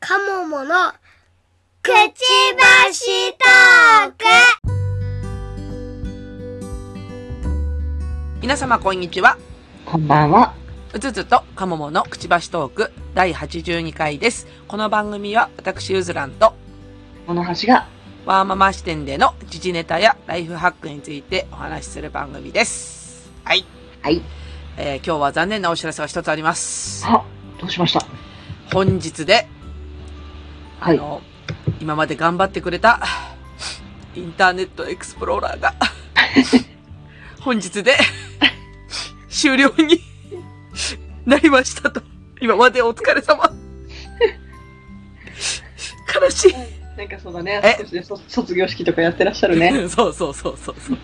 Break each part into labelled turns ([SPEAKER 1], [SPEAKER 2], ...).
[SPEAKER 1] カモモのくちばしトーク
[SPEAKER 2] 皆様こんにちは。
[SPEAKER 3] こんばんは。
[SPEAKER 2] うつつとかもものくちばしトーク第82回です。この番組は私うずらんと
[SPEAKER 3] この橋が
[SPEAKER 2] ワーママ視点での時事ネタやライフハックについてお話しする番組です。はい。
[SPEAKER 3] はい。
[SPEAKER 2] えー今日は残念なお知らせが一つあります。
[SPEAKER 3] あ、どうしました
[SPEAKER 2] 本日で、あ
[SPEAKER 3] はい。
[SPEAKER 2] の、今まで頑張ってくれたインターネットエクスプローラー が本日で終了になりましたと。今までお疲れ様。悲しい。
[SPEAKER 3] なんかそうだね
[SPEAKER 2] え
[SPEAKER 3] 少しでそ卒業式とかやってらっしゃ るね。
[SPEAKER 2] そうそうそうそうそう。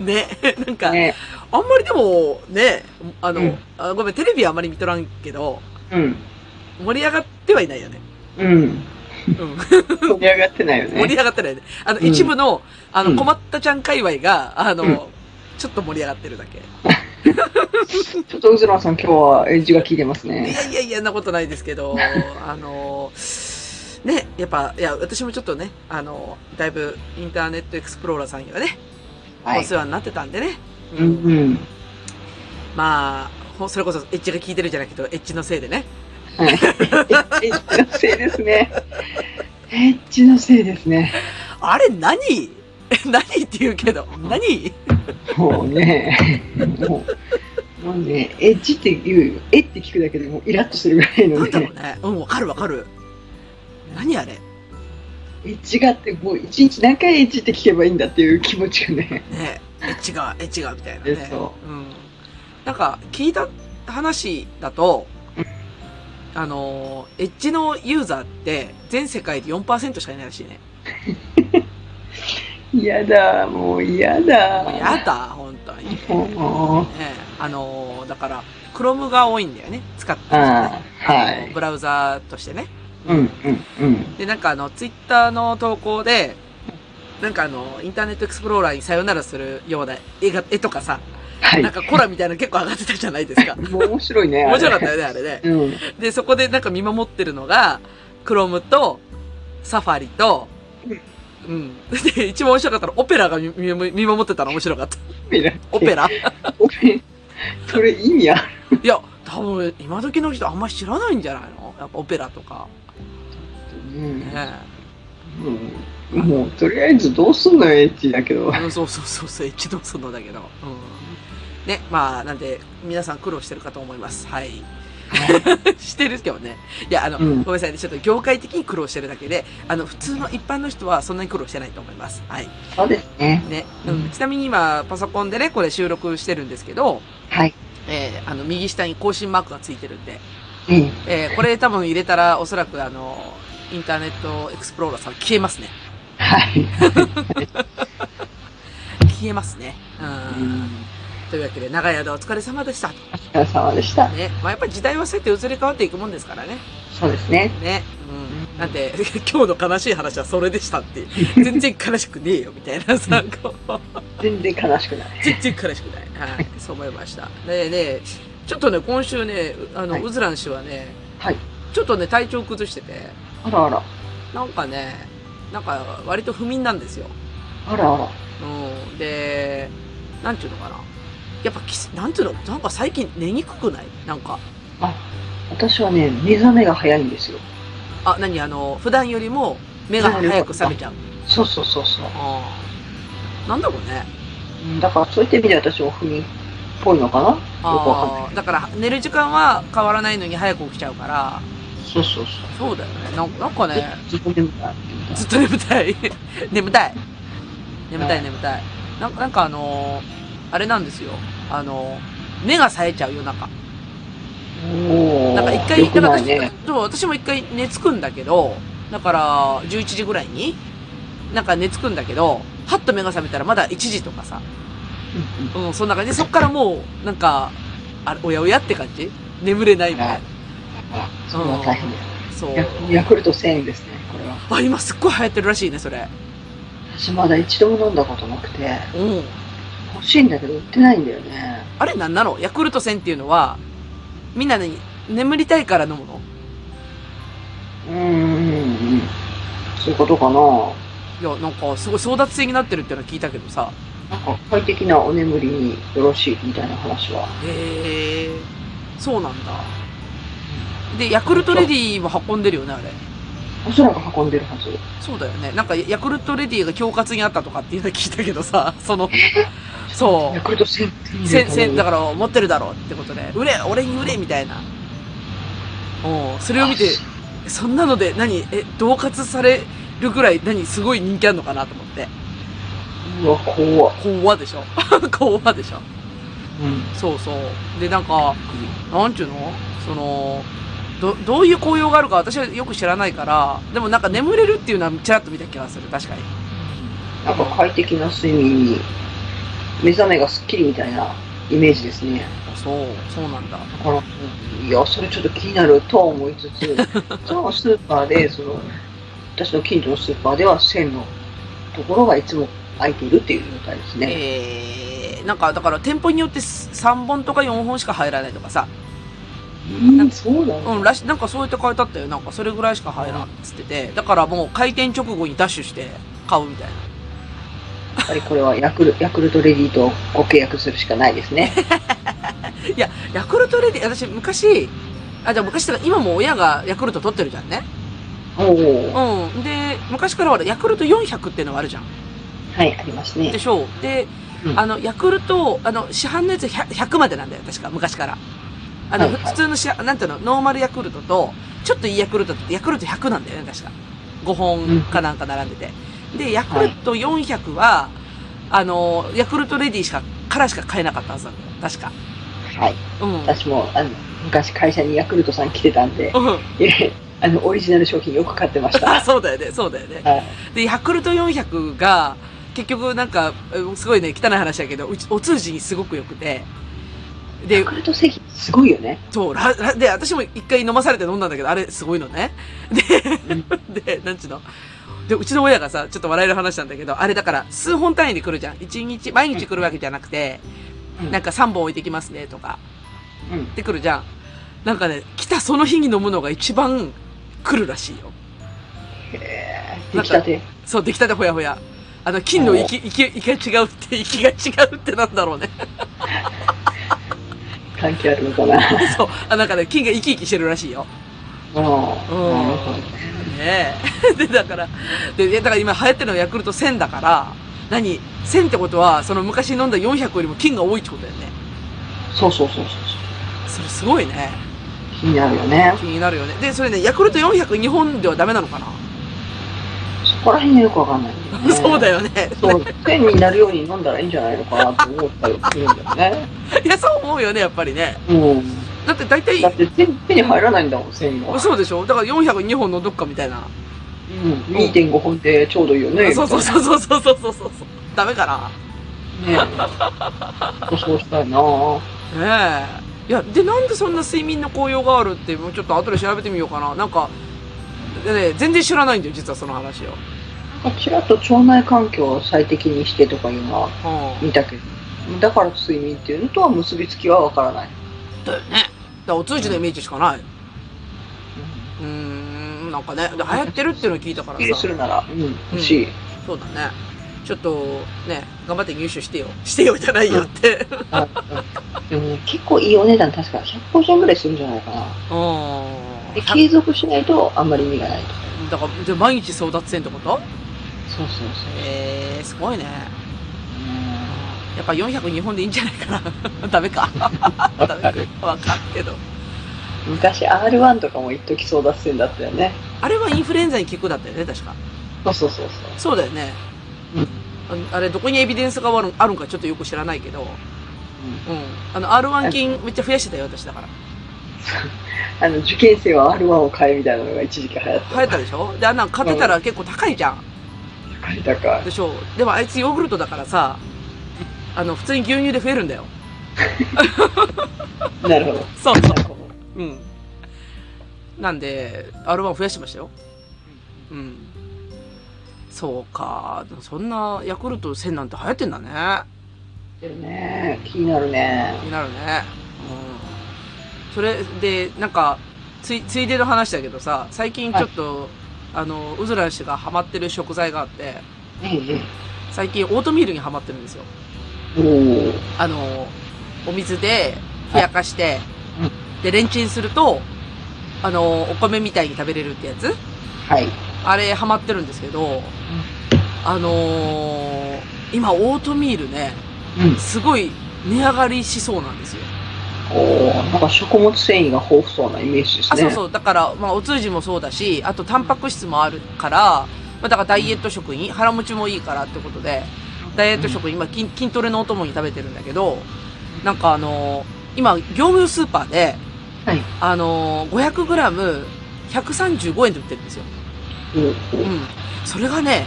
[SPEAKER 2] ね、なんか、
[SPEAKER 3] ね。
[SPEAKER 2] あんまりでも、ね、あの、
[SPEAKER 3] うん
[SPEAKER 2] あごめん、テレビはあまり見とらんけど、
[SPEAKER 3] うん。
[SPEAKER 2] 盛り上がってはいないよね。
[SPEAKER 3] うん。
[SPEAKER 2] うん
[SPEAKER 3] 盛り上がってないよ
[SPEAKER 2] 盛り
[SPEAKER 3] ね。
[SPEAKER 2] 上がってないね。あの、
[SPEAKER 3] うん
[SPEAKER 2] 一部の、あ
[SPEAKER 3] う
[SPEAKER 2] の、
[SPEAKER 3] ん
[SPEAKER 2] 困ったちゃん界隈が、あの、
[SPEAKER 3] うん
[SPEAKER 2] ちょっと盛り上がってるだけ。
[SPEAKER 3] ちょっとうずらさん今日はエッジが効いてます
[SPEAKER 2] い
[SPEAKER 3] ね。
[SPEAKER 2] やいやいや、そんなことないですけ ど、あの、ね、やっぱ、いや、私もちょっとね、あの、だいぶ、インターネットエクスプローラーさんにはね、
[SPEAKER 3] は
[SPEAKER 2] お
[SPEAKER 3] い。
[SPEAKER 2] 世話になってたんでね。
[SPEAKER 3] う
[SPEAKER 2] うんん
[SPEAKER 3] うん。
[SPEAKER 2] まあ、ほそれこそ、エッジが効いてるじゃないけど、エッジのせいでね。
[SPEAKER 3] はい。エッジのせいですね。エッジのせいですね。
[SPEAKER 2] あれ、何 何って言うけど、何
[SPEAKER 3] もうね。もう。もうね、エッジって言う、えって聞くだけでもうイラッとするぐらいの
[SPEAKER 2] なんだろ
[SPEAKER 3] ね
[SPEAKER 2] う、ね。うん、わかるわかる。何あれ
[SPEAKER 3] エッジがあって、もう一日何回エッジって聞けばいいんだっていう気持ちがね。
[SPEAKER 2] ねえ、エッチが、エッチが、みたいな
[SPEAKER 3] え
[SPEAKER 2] ね。
[SPEAKER 3] そ
[SPEAKER 2] ん。なんか、聞いた話だと、あのー、エッジのユーザーって、全世界で4%しかいないらしいね。
[SPEAKER 3] 嫌だ、もう嫌だ。
[SPEAKER 2] もうやだ、本当に。ね
[SPEAKER 3] もう
[SPEAKER 2] えあのー、だから、クロムが多いんだよね、使ってる人
[SPEAKER 3] あ
[SPEAKER 2] ね。
[SPEAKER 3] あ、はい。
[SPEAKER 2] ブラウザーとしてね。
[SPEAKER 3] うん、うん、うん。
[SPEAKER 2] で、なんかあの、ツイッターの投稿で、なんかあの、インターネットエクスプローラーにさよならするような絵が、絵とかさ、
[SPEAKER 3] はい
[SPEAKER 2] なん。かコラみたいなの結構上がってたじゃないですか。
[SPEAKER 3] もう面白い ね。あれ
[SPEAKER 2] 面白かったよね、あれね。
[SPEAKER 3] うん。
[SPEAKER 2] で、そこでなんか見守ってるのが、クロムと、サファリと、うん。 で、一番面白かったの、オペラが見見見守ってたの面白かった。
[SPEAKER 3] オペラ。
[SPEAKER 2] オペラい
[SPEAKER 3] オペラ。それ意味ある
[SPEAKER 2] や、多分、今時の人あんまり知らないんじゃないのやっぱオペラとか。ね
[SPEAKER 3] うん。もう、とりあえずどうすんのよ、エッチだけど。
[SPEAKER 2] うんそうそうそうそう、一度そのだけど。うん。ね、まあ、なんで、皆さん苦労してるかと思います。はい。 してるけどね。いや、あの、
[SPEAKER 3] うん
[SPEAKER 2] ごめんなさいね。ちょっと業界的に苦労してるだけで、あの、普通の一般の人はそんなに苦労してないと思います。はい。
[SPEAKER 3] そうですね。
[SPEAKER 2] ね。う
[SPEAKER 3] うん
[SPEAKER 2] ん、ちなみに今、パソコンでね、これ収録してるんですけど、
[SPEAKER 3] はい。
[SPEAKER 2] えーあの、右下に更新マークがついてるんで、
[SPEAKER 3] うん。
[SPEAKER 2] えーこれ多分入れたら、おそらくあの、インターネットエクスプローラーさん消えますね。
[SPEAKER 3] はい。
[SPEAKER 2] 消えますね。
[SPEAKER 3] う
[SPEAKER 2] うん
[SPEAKER 3] ん
[SPEAKER 2] というわけで、長い間お疲れ様でした。
[SPEAKER 3] お疲れ様でした。
[SPEAKER 2] ね。まあ、やっぱり時代はそうやって移り変わっていくもんですからね。
[SPEAKER 3] そうですね。
[SPEAKER 2] ね。う。
[SPEAKER 3] うんん
[SPEAKER 2] なんて、 今日の悲しい話はそれでしたって。全然悲しくねえよ、みた いなさ、こう
[SPEAKER 3] 全然悲しくない。
[SPEAKER 2] 全然悲しくない。はい。そう思いました。でね、ちょっとね、今週ね、うあの、
[SPEAKER 3] はいう
[SPEAKER 2] ずらん氏はね、
[SPEAKER 3] はい。
[SPEAKER 2] ちょっとね、体調崩してて、
[SPEAKER 3] あらあら。
[SPEAKER 2] なんかね、なんか、割と不眠なんですよ。
[SPEAKER 3] あらあら。
[SPEAKER 2] うん。で、なんていうのかな。やっぱき、なんていうの、なんか最近寝にくくないなんか。
[SPEAKER 3] 私はね、目覚めが早いんですよ。
[SPEAKER 2] あ、何あの、普段よりも目が早く覚めちゃう。
[SPEAKER 3] そうそうそうそう。
[SPEAKER 2] ああ。なんだろうね。
[SPEAKER 3] うんだからそういった意味で私も不眠っぽいのかなよくわかんない
[SPEAKER 2] ああ。だから寝る時間は変わらないのに早く起きちゃうから。
[SPEAKER 3] そうそうそう
[SPEAKER 2] そうだよね。なんなんかね、
[SPEAKER 3] ずっと眠くなる
[SPEAKER 2] ずっと眠たい。 眠たい。眠た
[SPEAKER 3] はい
[SPEAKER 2] い眠たい。なんかなんかあのーあれなんですよ。あのー目が冴えちゃう夜中。
[SPEAKER 3] おお
[SPEAKER 2] なんか一回、
[SPEAKER 3] よく
[SPEAKER 2] だから
[SPEAKER 3] ない
[SPEAKER 2] 私,、
[SPEAKER 3] ね
[SPEAKER 2] そう私も一回寝つくんだけど、だから11時ぐらいに、なんか寝つくんだけど、はっと目が覚めたらまだ1時とかさ。
[SPEAKER 3] うんうん
[SPEAKER 2] うん、そんな感じで、そっからもう、なんか、あれ、おやおやって感じ眠れないみたい
[SPEAKER 3] あそれは大変だよ
[SPEAKER 2] な。そう。
[SPEAKER 3] ヤクヤクルト1000円ですねこれは
[SPEAKER 2] あ、今すっごい流行ってるらしいね、それ。
[SPEAKER 3] 私まだ一度も飲んだことなくて
[SPEAKER 2] うん。
[SPEAKER 3] 欲しいんだけど売ってないんだよね
[SPEAKER 2] あれなんなのヤクルト1000っていうのは、みんなね、眠りたいから飲むの
[SPEAKER 3] うんうんうん。そういうことかな。
[SPEAKER 2] いや、なんか、すごい争奪戦になってるっていうのは聞いたけどさ。
[SPEAKER 3] なんか快適なお眠りによろしいみたいな話は。
[SPEAKER 2] へえ、そうなんだ。で、ヤクルトレディも運んでるよね、あれ。
[SPEAKER 3] おそらく運んでるはず。
[SPEAKER 2] そうだよね。なんか、ヤクルトレディが恐喝にあったとかっていうのは聞いたけどさ、 その、そう
[SPEAKER 3] ヤクルト1000
[SPEAKER 2] せんせんだから持ってるだろうってことで、売れ俺に売れみたいな。おうそれを見て、そんなので何、え、同活されるぐらい何、すごい人気あんのかなと思って。
[SPEAKER 3] うわ、怖っ。
[SPEAKER 2] 怖でしょ 怖でしょ
[SPEAKER 3] うん。
[SPEAKER 2] そうそう。で、なんか、なんちゅうのその、ど、どういう紅葉があるか私はよく知らないから、でもなんか眠れるっていうのはちらっと見た気がする、確かに。
[SPEAKER 3] なんか快適な睡眠に、目覚めがスッキリみたいなイメージですね。
[SPEAKER 2] そう、そうなんだ。
[SPEAKER 3] だから、いや、それちょっと気になるとは思いつ つ、そのスーパーで、その、私の近所のスーパーでは1000のところがいつも空いているっていう状態ですね。
[SPEAKER 2] えー、なんかだから店舗によって3本とか4本しか入らないとかさ、
[SPEAKER 3] うん、そうだね。
[SPEAKER 2] うん、らし、なんかそうやって書いてあったよ。なんかそれぐらいしか入らんっつってて、だからもう開店直後にダッシュして買うみたいな。
[SPEAKER 3] やっぱりこれはヤクルヤクルトレディとご契約するしかないですね。
[SPEAKER 2] ヤクルトレディ、私昔、あ、じゃあ昔とか今も親がヤクルト取ってるじゃんね。
[SPEAKER 3] おお、は
[SPEAKER 2] うん。で、昔からほら、ヤクルト400っていうのがあるじゃん。
[SPEAKER 3] い、ありますね
[SPEAKER 2] で。しょう。で、
[SPEAKER 3] うん
[SPEAKER 2] あの、ヤクルト、あの、市販のやつ 100, 100までなんだよ、確か、昔から。あの、
[SPEAKER 3] はいはい
[SPEAKER 2] 普通の市販、なんていうの、ノーマルヤクルトと、ちょっといいヤクルトって、ヤクルト100なんだよね、確か。5本かなんか並んでて。で、ヤクルト400は、あの、ヤクルトレディしか、からしか買えなかったはずなんだよ、確か。
[SPEAKER 3] はい、
[SPEAKER 2] うん。
[SPEAKER 3] 私もあの昔会社にヤクルトさん来てたんで、
[SPEAKER 2] うん。
[SPEAKER 3] えあのオリジナル商品よく買ってまし
[SPEAKER 2] あ、
[SPEAKER 3] た。
[SPEAKER 2] そうだよね、そうだよね。
[SPEAKER 3] はい
[SPEAKER 2] で、ヤクルト400が、結局なんか、えすごいね、汚い話だけど、うちお通じにすごく良くて、で
[SPEAKER 3] ヤ、クルト製品すごいよね。
[SPEAKER 2] そう、ラ、ラで、私も一回飲まされて飲んだんだけど、あれすごいのね。で、で、なんちゅうの。で、うちの親がさ、ちょっと笑える話なんだけど、あれだから、数本単位で来るじゃん。一日、毎日来るわけじゃなくて、
[SPEAKER 3] うん
[SPEAKER 2] なんか3本置いてきますね、とか、
[SPEAKER 3] うん
[SPEAKER 2] っ、て来るじゃん。なんかね、来たその日に飲むのが一番来るらしいよ。
[SPEAKER 3] へー出来たて。
[SPEAKER 2] そう、出来たてほやほや。あの、金の息、息、息が違うって、息が違うってなんだろうね。
[SPEAKER 3] 関係あるのかな。
[SPEAKER 2] そう。あ、なんかね、金が生き生きしてるらしいよ。
[SPEAKER 3] うん
[SPEAKER 2] うん
[SPEAKER 3] なるほどね
[SPEAKER 2] ねえ。 で、だから、で、でだから今流行ってるのはヤクルト1000だから、何 ?1000 ってことは、その昔飲んだ400よりも金が多いってことだよね。
[SPEAKER 3] そうそうそうそうそ
[SPEAKER 2] それすごいね。
[SPEAKER 3] う。気になるよね。
[SPEAKER 2] 気になるよね。で、それね、ヤクルト400日本ではダメなのかな、。
[SPEAKER 3] そこら辺がよくわかんない、ね
[SPEAKER 2] そうだ
[SPEAKER 3] よ。
[SPEAKER 2] よね。
[SPEAKER 3] そう、線になるように飲んだらいいんじゃないのかなと思ったりするんだよね。
[SPEAKER 2] いや、そう思うよね、やっぱりね。
[SPEAKER 3] うん。
[SPEAKER 2] だって大体
[SPEAKER 3] だ、って手手に入らないんだもん、線が。
[SPEAKER 2] そうでしょだから400日本のどっかみたいな。
[SPEAKER 3] うん、2.5本でちょうどいいよね。
[SPEAKER 2] そうそうそうそうそうそうそうそう。ダメかな
[SPEAKER 3] ねえ。そうしたいなぁ。
[SPEAKER 2] ねえ。いや、で、なんでそんな睡眠の効用があるって、もうちょっと後で調べてみようかな。なんか、でね、全然知らないんだよ、実はその話を。
[SPEAKER 3] なんかちらっと腸内環境を最適にしてとかいうのは
[SPEAKER 2] うん。
[SPEAKER 3] 見たけど、だから睡眠っていうのとは結びつきはわからない。
[SPEAKER 2] だよね。だからお通じのイメージしかない。うーん、なんかね、で流行ってるっていうのを聞いたから
[SPEAKER 3] スッキリす
[SPEAKER 2] さ。
[SPEAKER 3] るなら、うん、欲しい。
[SPEAKER 2] そうだね。ちょっと、ね、頑張って入手してよ。してよじゃないよって。うん。
[SPEAKER 3] あうんでもね、結構いいお値段、確か150円ぐらいするんじゃないかな。で、継続しないとあんまり意味がない
[SPEAKER 2] だ
[SPEAKER 3] と。
[SPEAKER 2] から、で毎日争奪戦ってこと
[SPEAKER 3] そうそうそう。
[SPEAKER 2] ええー、すごいね。やっぱ400日本でいいんじゃないかな。 ダメか。ダメか。わかんけど。
[SPEAKER 3] 昔 R1 とかも一時争奪戦だったよね。
[SPEAKER 2] あれはインフルエンザに効くだったよね、確か。
[SPEAKER 3] そうそうそう
[SPEAKER 2] そうだよね。
[SPEAKER 3] そう。うん。
[SPEAKER 2] ああれ、どこにエビデンスがあるあるんかちょっとよく知らないけど。うん。あの、R1 菌めっちゃ増やしてたよ、私だから。
[SPEAKER 3] あの、受験生は R1 を買えみたいなのが一時期流行った。
[SPEAKER 2] 流行ったでしょで、あんなん買ってたら結構高いじゃん。
[SPEAKER 3] 高い高い。
[SPEAKER 2] でしょでもあいつヨーグルトだからさ、あの、普通に牛乳で増えるんだよ。
[SPEAKER 3] なるほ ど。
[SPEAKER 2] そう
[SPEAKER 3] なるほど。
[SPEAKER 2] う。うん。なんで、R1 増やしてましたよ。うん。そうか。そんなヤクルト1000なんて流行ってんだね。
[SPEAKER 3] 出るね。気になるね。
[SPEAKER 2] になるね。うん。それで、なんか、つい、ついでの話だけどさ、最近ちょっと、あの、うずらの人がハマってる食材があって、
[SPEAKER 3] うん
[SPEAKER 2] 最近オートミールにハマってるんですよ。
[SPEAKER 3] うん。おー
[SPEAKER 2] あの、お水でふやかして、
[SPEAKER 3] はいう
[SPEAKER 2] で、レンチンすると、あの、お米みたいに食べれるってやつ
[SPEAKER 3] はい。
[SPEAKER 2] あれハマってるんですけど、あのー今オートミールね、
[SPEAKER 3] うん。
[SPEAKER 2] すごい値上がりしそうなんですよ。
[SPEAKER 3] おーなんか食物繊維が豊富そうなイメージです
[SPEAKER 2] あ、
[SPEAKER 3] ね。
[SPEAKER 2] そうそう。だから、まあ、お通じもそうだし、あと、タンパク質もあるから、まあ、だからダイエット食品、腹持ちもいいからってことで、ダイエット食品、今筋、筋トレのお供に食べてるんだけど、なんかあのー今、業務用スーパーで、
[SPEAKER 3] はい
[SPEAKER 2] あのー、500グラム、135円で売ってるんですよ。
[SPEAKER 3] うん。うん
[SPEAKER 2] う
[SPEAKER 3] うん
[SPEAKER 2] ん。それがね、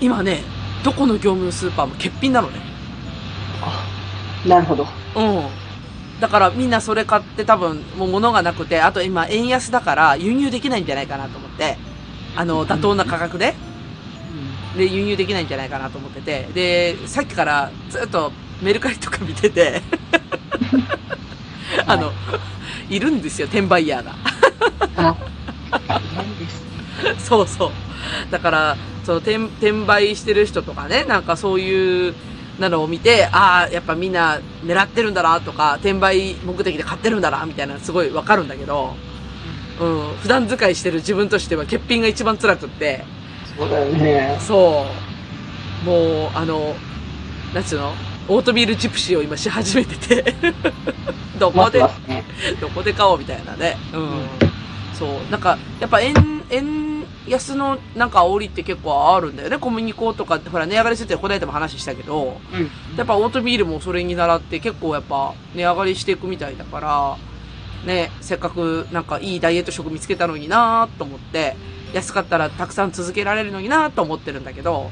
[SPEAKER 2] 今ね、どこの業務用スーパーも欠品なのね。
[SPEAKER 3] なるほど。
[SPEAKER 2] うん。だからみんなそれ買って多分もう物がなくて、あと今円安だから輸入できないんじゃないかなと思って、あの、妥当な価格で、で、輸入できないんじゃないかなと思ってて、で、さっきからずっとメルカリとか見てて、あの、いるんですよ、転売ヤーが。
[SPEAKER 3] あ、大変ですね。
[SPEAKER 2] そうそう。だから、その転、転売してる人とかね、なんかそういう、なのを見て、ああ、やっぱみんな狙ってるんだなとか、転売目的で買ってるんだな、みたいなのすごいわかるんだけど、うん、普段使いしてる自分としては欠品が一番辛くって、
[SPEAKER 3] そうだよね。
[SPEAKER 2] そう、もう、あの、なんつうのオートミールジプシーを今し始めてて、 どこ
[SPEAKER 3] 待って
[SPEAKER 2] で
[SPEAKER 3] ますね。
[SPEAKER 2] どこで買おうみたいなね。うん。
[SPEAKER 3] うん
[SPEAKER 2] そう。なんか、やっぱ円、円安のなんか煽りって結構あるんだよね。小麦粉とか、ほら、値上がりしてて、この間も話したけど、
[SPEAKER 3] うん。
[SPEAKER 2] やっぱオートミールもそれに習って結構やっぱ値上がりしていくみたいだから、ね、せっかくなんかいいダイエット食見つけたのになーと思って、安かったらたくさん続けられるのになーと思ってるんだけど、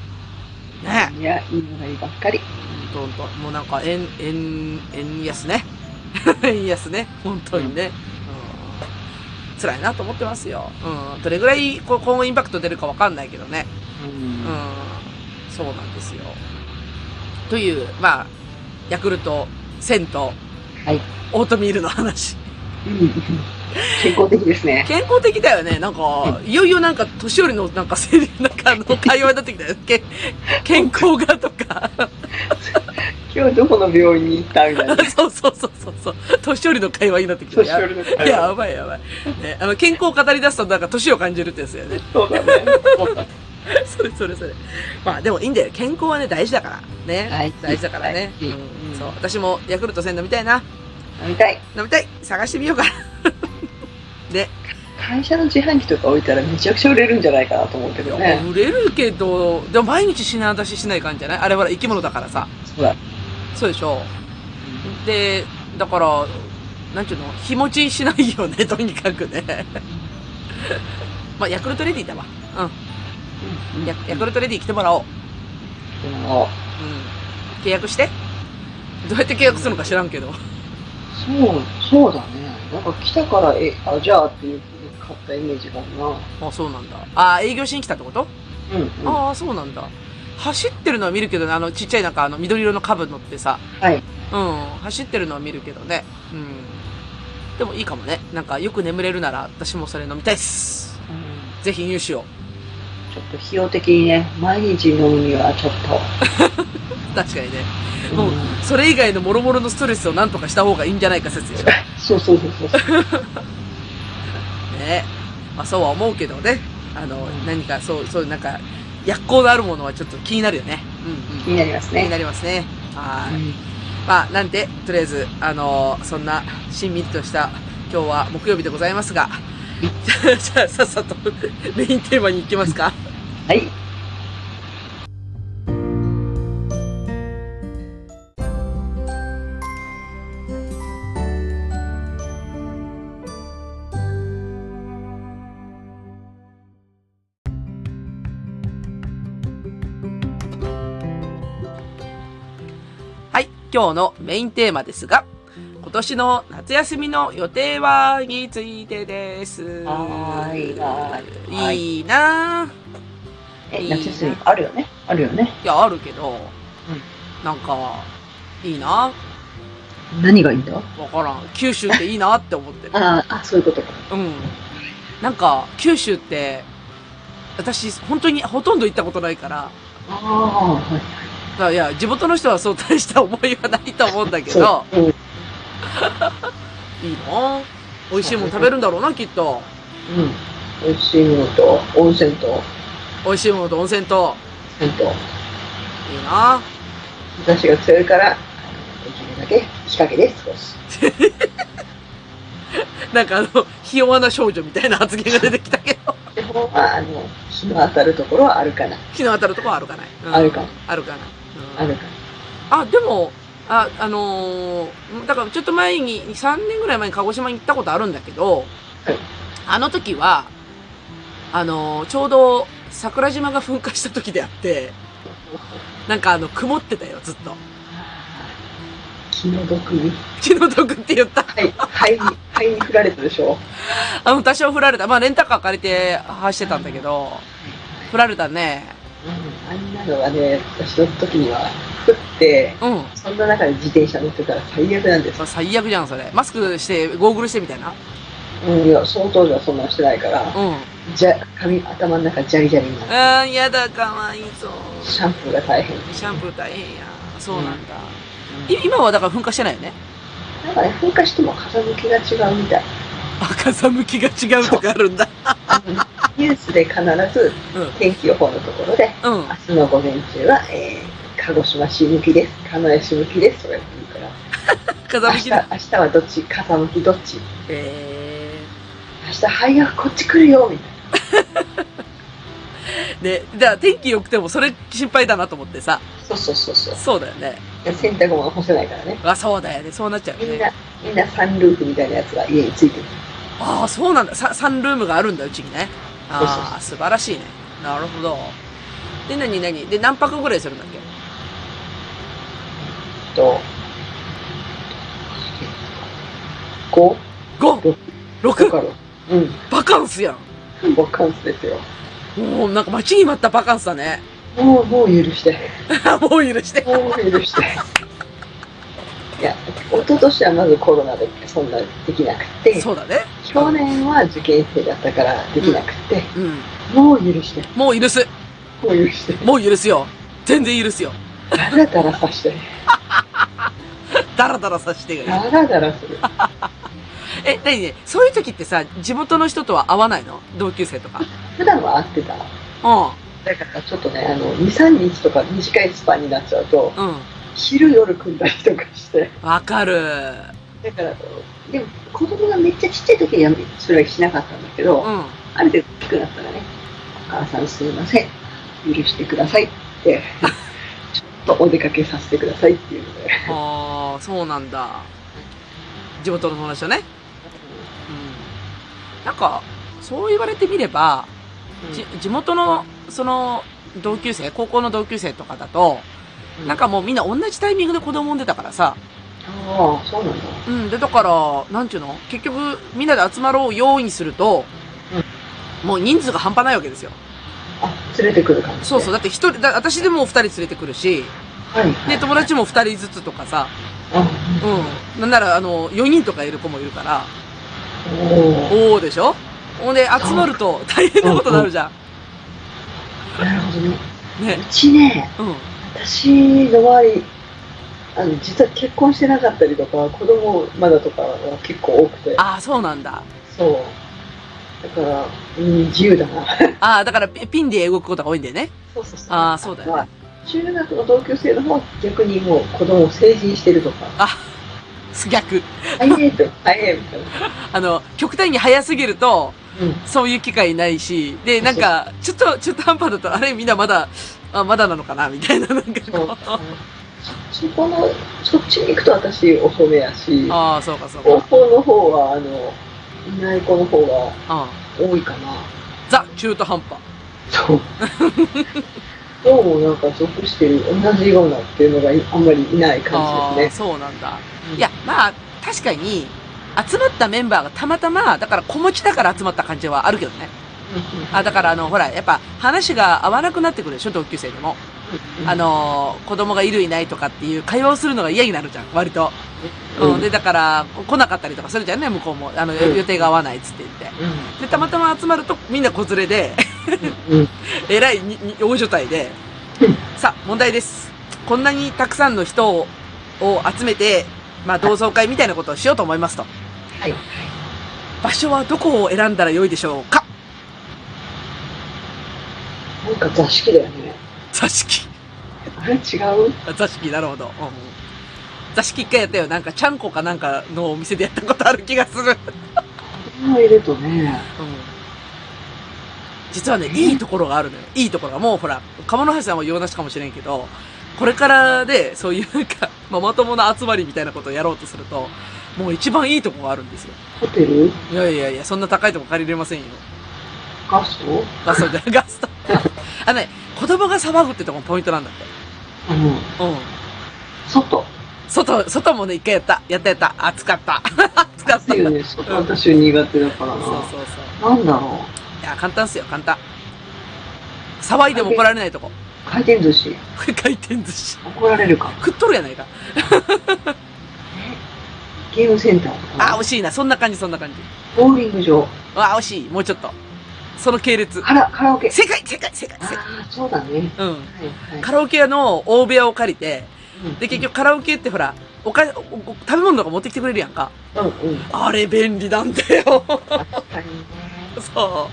[SPEAKER 2] ね、
[SPEAKER 3] いや、いいのがいいばっかり。
[SPEAKER 2] ほんとほんと、もうなんか円、円、円安ね。 円安ね。本当にね。うん、辛いなと思ってますよ。うん。どれぐらいこう今後インパクト出るかわかんないけどね。
[SPEAKER 3] う
[SPEAKER 2] うんん。そうなんですよ。という、まあ、ヤクルト1000と、
[SPEAKER 3] はい
[SPEAKER 2] オートミールの話。
[SPEAKER 3] うん健康的ですね。
[SPEAKER 2] 健康的だよね。なんか、いよいよなんか、年寄りのなんか、せりなんかあ の、会話になってきたよ。け健康がと か。
[SPEAKER 3] 今日どこの病院に行ったみたい な。
[SPEAKER 2] そうそうそうそうそう。年寄りの会話になってきた。
[SPEAKER 3] 年寄りの会 話
[SPEAKER 2] やばいやばい。ね、あの、健康を語り出すとなんか年を感じるってやつだよね。
[SPEAKER 3] そうだね。
[SPEAKER 2] それそれそれ。まあでもいいんだよ。健康はね、大事だから。ね。
[SPEAKER 3] はい
[SPEAKER 2] 大事だからね。
[SPEAKER 3] は
[SPEAKER 2] う
[SPEAKER 3] い
[SPEAKER 2] ん
[SPEAKER 3] うん
[SPEAKER 2] そう。私もヤクルト1000飲みたいな。
[SPEAKER 3] 飲みたい。
[SPEAKER 2] 飲みたい探してみようかな。 で、
[SPEAKER 3] 会社の自販機とか置いたらめちゃくちゃ売れるんじゃないかなと思うけ
[SPEAKER 2] い
[SPEAKER 3] ど
[SPEAKER 2] や
[SPEAKER 3] ね。
[SPEAKER 2] 売れるけど、でも毎日品出ししない感じじゃないあれは生き物だからさ。
[SPEAKER 3] そうだ。
[SPEAKER 2] そうでしょで、だから、なんていうの日持ちしないよね、とにかくね。 まあ、ヤクルトレディだわ。うん。ヤヤクルトレディ来てもらおう。
[SPEAKER 3] あ
[SPEAKER 2] うん。契約して。どうやって契約するのか知らんけど。
[SPEAKER 3] そう、そうだね。なんか来たから、え、あ、じゃあっていう買ったイメージがあるな。
[SPEAKER 2] あ、そうなんだ。あ、営業しに来たってこと、
[SPEAKER 3] うん、うん。は
[SPEAKER 2] ああ、そうなんだ。走ってるのは見るけどね、あの、ちっちゃいなんかあの、緑色の株乗ってさ。
[SPEAKER 3] い。
[SPEAKER 2] うん。走ってるのは見るけどね。うん。でもいいかもね。なんか、よく眠れるなら、私もそれ飲みたいっす。ぜひ入手を。
[SPEAKER 3] ちょっと費用的にね、毎日飲むにはちょっと。
[SPEAKER 2] 確かにね。
[SPEAKER 3] うん
[SPEAKER 2] もう、それ以外の諸々のストレスをなんとかした方がいいんじゃないか説よ。
[SPEAKER 3] そうそうそうそう。
[SPEAKER 2] ね。まあそうは思うけどね。あの、何かそう、そう、なんか、薬効のあるものはちょっと気になるよね。うん
[SPEAKER 3] 気になりま
[SPEAKER 2] う
[SPEAKER 3] す
[SPEAKER 2] ん。気に
[SPEAKER 3] ね。
[SPEAKER 2] なりますね。は
[SPEAKER 3] う
[SPEAKER 2] ーい。
[SPEAKER 3] ん
[SPEAKER 2] まあ、なんで、とりあえず、あのそんな、しんみりとした、今日は木曜日でございますが、 じゃあじゃあ、さっさとメインテーマに行きますか。
[SPEAKER 3] はい。
[SPEAKER 2] はい、今日のメインテーマですが、今年の夏休みの予定はについてです。
[SPEAKER 3] はーいはーいはい
[SPEAKER 2] いいなぁ。い
[SPEAKER 3] え、
[SPEAKER 2] いな
[SPEAKER 3] 夏休みあるよね。あるよね。
[SPEAKER 2] いや、あるけど、なんか、いいな
[SPEAKER 3] 何がいいんだ
[SPEAKER 2] わからん。九州っていいなって思ってる。
[SPEAKER 3] あーあ、 そういうことか。
[SPEAKER 2] うん。なんか、九州って、私、本当にほとんど行ったことないから、
[SPEAKER 3] ああ、はい。
[SPEAKER 2] だからいや、地元の人はそう大した思いはないと思うんだけど、
[SPEAKER 3] そう。うん
[SPEAKER 2] いいな美味しいもん食べるんだろうな、きっと。
[SPEAKER 3] うん。美味しいものと、温泉と、
[SPEAKER 2] 美味しいものと温泉と、
[SPEAKER 3] 銭湯。
[SPEAKER 2] いいな
[SPEAKER 3] 日差しが強いから、できるだけ日陰で過ごす。
[SPEAKER 2] なんかあの、ひ弱な少女みたいな発言が出てきたけど、
[SPEAKER 3] でも、まあ、あの、日の当たるところはあるかな。
[SPEAKER 2] 日の当たるとこはあるかない。うん
[SPEAKER 3] あるかな。
[SPEAKER 2] あるかない。うん
[SPEAKER 3] あるか
[SPEAKER 2] あ、でも、あ、あのーだからちょっと前に、3年ぐらい前に鹿児島に行ったことあるんだけど、
[SPEAKER 3] はい
[SPEAKER 2] あの時は、あのーちょうど桜島が噴火した時であって、なんかあの、曇ってたよ、ずっと。
[SPEAKER 3] 気の毒に。
[SPEAKER 2] 気の毒って言った。
[SPEAKER 3] はい、肺に、肺に振られたでしょ。
[SPEAKER 2] あの、多少振られた。まあ、レンタカー借りて走ってたんだけど、振られたね。
[SPEAKER 3] うん、あんなのはね、私の時には降って、
[SPEAKER 2] うん。ま
[SPEAKER 3] そんな中で自転車乗ってたら最悪なんです。
[SPEAKER 2] あ最悪じゃん、それ。マスクして、ゴーグルしてみたいな。
[SPEAKER 3] うん、いや、その当時はそんなんしてないから、
[SPEAKER 2] うん。
[SPEAKER 3] じゃ、髪、頭の中ジャリジャリになる。
[SPEAKER 2] あー、やだ、かわいそう。
[SPEAKER 3] シャンプーが大変。
[SPEAKER 2] シャンプー大変や。そうなんだ。い今はだから噴火してないよね。
[SPEAKER 3] なんかね、噴火しても風向きが違うみたい。
[SPEAKER 2] あ、風向きが違うとかあるんだ。
[SPEAKER 3] ニュースで必ず
[SPEAKER 2] うん
[SPEAKER 3] 天気予報のところで、
[SPEAKER 2] うん。
[SPEAKER 3] 明日の午前中は、えー、鹿児島市向きです、鹿屋市向きですとか言ってるから、
[SPEAKER 2] 風
[SPEAKER 3] 明
[SPEAKER 2] 向
[SPEAKER 3] 日
[SPEAKER 2] きだ。
[SPEAKER 3] 明日はどっち、風向きどっち、
[SPEAKER 2] え
[SPEAKER 3] 明日早くこっち来るよみたいな。
[SPEAKER 2] ー。で、じゃあ天気良くてもそれ心配だなと思ってさ。
[SPEAKER 3] そうそうそうそう。
[SPEAKER 2] そうだよね。
[SPEAKER 3] いや洗濯物干せないからね。
[SPEAKER 2] あ、そうだよね。そうなっちゃう
[SPEAKER 3] み
[SPEAKER 2] よ
[SPEAKER 3] ん
[SPEAKER 2] ね。
[SPEAKER 3] な、みんなサンルーフみたいなやつが家についてる。
[SPEAKER 2] ああ、そうなんだ。ササンルームがあるんだ、うちにね。ああ、素晴らしいね。なるほど。で、なになにで、何泊ぐらいするんだっけ
[SPEAKER 3] と、5
[SPEAKER 2] ?5、
[SPEAKER 3] とか
[SPEAKER 2] 6?
[SPEAKER 3] の、うん、
[SPEAKER 2] バカンスやん。
[SPEAKER 3] バカンスですよ。
[SPEAKER 2] もうなんか待ちに待ったバカンスだ ね。
[SPEAKER 3] もう、もう許して。
[SPEAKER 2] もう許して。
[SPEAKER 3] もう 許して。いや、一昨年はまずコロナでそんなできなくて、
[SPEAKER 2] そうだね。
[SPEAKER 3] 去年は受験生だったからできなくて、
[SPEAKER 2] うん。
[SPEAKER 3] もう許して、
[SPEAKER 2] もう許す。
[SPEAKER 3] もう 許して、
[SPEAKER 2] もう許すよ。全然許すよ。
[SPEAKER 3] だらだらさして、
[SPEAKER 2] ダラダラさせてがいい。
[SPEAKER 3] だらだらする。
[SPEAKER 2] え、なにね、そういう時ってさ、地元の人とは会わないの同級生とか。
[SPEAKER 3] 普段は会ってた。
[SPEAKER 2] う
[SPEAKER 3] だからちょっとね、あの、2、3日とか短いスパンになっちゃうと、
[SPEAKER 2] ん。うん。
[SPEAKER 3] 昼夜組んだりとかして、
[SPEAKER 2] わかる。
[SPEAKER 3] だから、でも子供がめっちゃちっちゃい時にはそれはしなかったんだけど、
[SPEAKER 2] うん。
[SPEAKER 3] ある程度大きくなったらね、お母さんすいません、許してください って、ちょっとお出かけさせてくださいっていうので、
[SPEAKER 2] ああ、そうなんだ。地元の友達とね。うん。なんか、そう言われてみれば、じ地元の、その、同級生、高校の同級生とかだと、
[SPEAKER 3] うん
[SPEAKER 2] なん、かもうみんな同じタイミングで子供産んでたからさ。
[SPEAKER 3] ああ、そうなんだ。
[SPEAKER 2] うん。で、だから、なんちゅうの結局、みんなで集まろう用意すると、もう人数が半端ないわけですよ。
[SPEAKER 3] あ、連れてくる感じ。
[SPEAKER 2] そうそう。
[SPEAKER 3] う。
[SPEAKER 2] だって一人、だ私でも二人連れてくるし、
[SPEAKER 3] はい、はい。
[SPEAKER 2] で、友達も二人ずつとかさ、
[SPEAKER 3] あ、
[SPEAKER 2] うん。なんなら、あの、四人とかいる子もいるから、
[SPEAKER 3] お
[SPEAKER 2] おーでしょほんで、集まると大変なことになるじゃ
[SPEAKER 3] お、なるほどね。
[SPEAKER 2] ん。ね
[SPEAKER 3] う。ちね、
[SPEAKER 2] うん。
[SPEAKER 3] 私の周り、あの、実は結婚してなかったりとか、子供まだとかが結構多くて、
[SPEAKER 2] ああ、そうなんだ。
[SPEAKER 3] そう。だから、うん、自由だな。
[SPEAKER 2] ああ、だからピピンで動くことが多いんだよね。
[SPEAKER 3] そうそうそう
[SPEAKER 2] あーそうだよね
[SPEAKER 3] まあ中学の同級生の方は逆にもう子供を成人してるとか、
[SPEAKER 2] 逆。
[SPEAKER 3] 早い と早いみたいな。
[SPEAKER 2] あの、極端に早すぎると、
[SPEAKER 3] うん。
[SPEAKER 2] そういう機会ないし、で、なん か、ちょっと、ちょっと半端だと、あれみんなまだ、あ、まだなのかなみたいな、なんか
[SPEAKER 3] そう。
[SPEAKER 2] こ
[SPEAKER 3] あのそそこの、そっちに行くと私遅めやし
[SPEAKER 2] う。、ああ、そうかそう
[SPEAKER 3] 高
[SPEAKER 2] か。
[SPEAKER 3] 校の方は、あの、いない子の方が
[SPEAKER 2] う
[SPEAKER 3] 多いかな。
[SPEAKER 2] ん。ザ、中途半端。
[SPEAKER 3] そう。どうもなんか属してる同じようなっていうのがいあんまりいない
[SPEAKER 2] あ
[SPEAKER 3] 感
[SPEAKER 2] あ
[SPEAKER 3] じ
[SPEAKER 2] ー、
[SPEAKER 3] です
[SPEAKER 2] そうなんだ。
[SPEAKER 3] ね。
[SPEAKER 2] いや、、まあ、確かに、集まったメンバーがたまたま、だから子持ちだから集まった感じはあるけどね。あ、だからあの、ほら、やっぱ話が合わなくなってくるでしょ、同級生でも。あ
[SPEAKER 3] の、
[SPEAKER 2] のー、子供がいるいないとかっていう会話をするのが嫌になるじゃん、割と。うん
[SPEAKER 3] うん
[SPEAKER 2] で、だから、こ来なかったりとかするじゃんね、向こうも。あの、
[SPEAKER 3] うん
[SPEAKER 2] 予定が合わないっつって言って。で、たまたま集まると、みんな子連れで、
[SPEAKER 3] うん。
[SPEAKER 2] えらいにに大所帯で
[SPEAKER 3] うん、
[SPEAKER 2] さあ、問題です。こんなにたくさんの人をを集めて、まあ、同窓会みたいなことをしようと思いますと。
[SPEAKER 3] はい。
[SPEAKER 2] 場所はどこを選んだらよいでしょうか
[SPEAKER 3] なんか座敷だよね。
[SPEAKER 2] 座敷。
[SPEAKER 3] あれ違う
[SPEAKER 2] あ座敷、なるほど。うんうん座敷一回やったよ。なんか、ちゃんこかなんかのお店でやったことある気がする。
[SPEAKER 3] 子供がいるとね。
[SPEAKER 2] うん実はね、いいところがあるのよ。いいところが。もうほら、鴨の橋さんは用なしかもしれんけど、これからで、そういうなんか、ママ友の集まりみたいなことをやろうとすると、もう一番いいとこがあるんですよ。
[SPEAKER 3] ホテル
[SPEAKER 2] いやいやいや、そんな高いとこ借りれませんよ。
[SPEAKER 3] ガスト
[SPEAKER 2] ガストじ ゃない、ガスト。あのね、子供が騒ぐってとこもポイントなんだっ
[SPEAKER 3] うん。
[SPEAKER 2] て。うん。
[SPEAKER 3] 外。
[SPEAKER 2] 外、外もね、一回やった。やったやった。暑かった。暑かった。そ
[SPEAKER 3] 暑
[SPEAKER 2] う
[SPEAKER 3] いよ
[SPEAKER 2] そう
[SPEAKER 3] ね。外私苦手だから
[SPEAKER 2] そう
[SPEAKER 3] な。
[SPEAKER 2] そう。
[SPEAKER 3] なんだろ
[SPEAKER 2] い
[SPEAKER 3] う。
[SPEAKER 2] や、簡単っすよ、簡単。騒いでも怒られないとこ。
[SPEAKER 3] 回転寿司。
[SPEAKER 2] 回転寿司。
[SPEAKER 3] 怒られるか。
[SPEAKER 2] 食っとるやないか。
[SPEAKER 3] ゲームセンターと
[SPEAKER 2] あー、
[SPEAKER 3] か。
[SPEAKER 2] 惜しいな。そんな感じ、そんな感じ。
[SPEAKER 3] ボーリング場。
[SPEAKER 2] あー、惜しい。もうちょっと。その系列。
[SPEAKER 3] カラカラオケ。
[SPEAKER 2] 正解正解正解正解
[SPEAKER 3] ああ、そうだね。
[SPEAKER 2] うん。
[SPEAKER 3] はいはい
[SPEAKER 2] カラオケ屋の大部屋を借りて、
[SPEAKER 3] うん
[SPEAKER 2] で、結局カラオケってほら、おか、おお食べ物とか持ってきてくれるやんか。
[SPEAKER 3] うんうん。
[SPEAKER 2] あれ便利なんだよ。
[SPEAKER 3] 確かにね。
[SPEAKER 2] そう。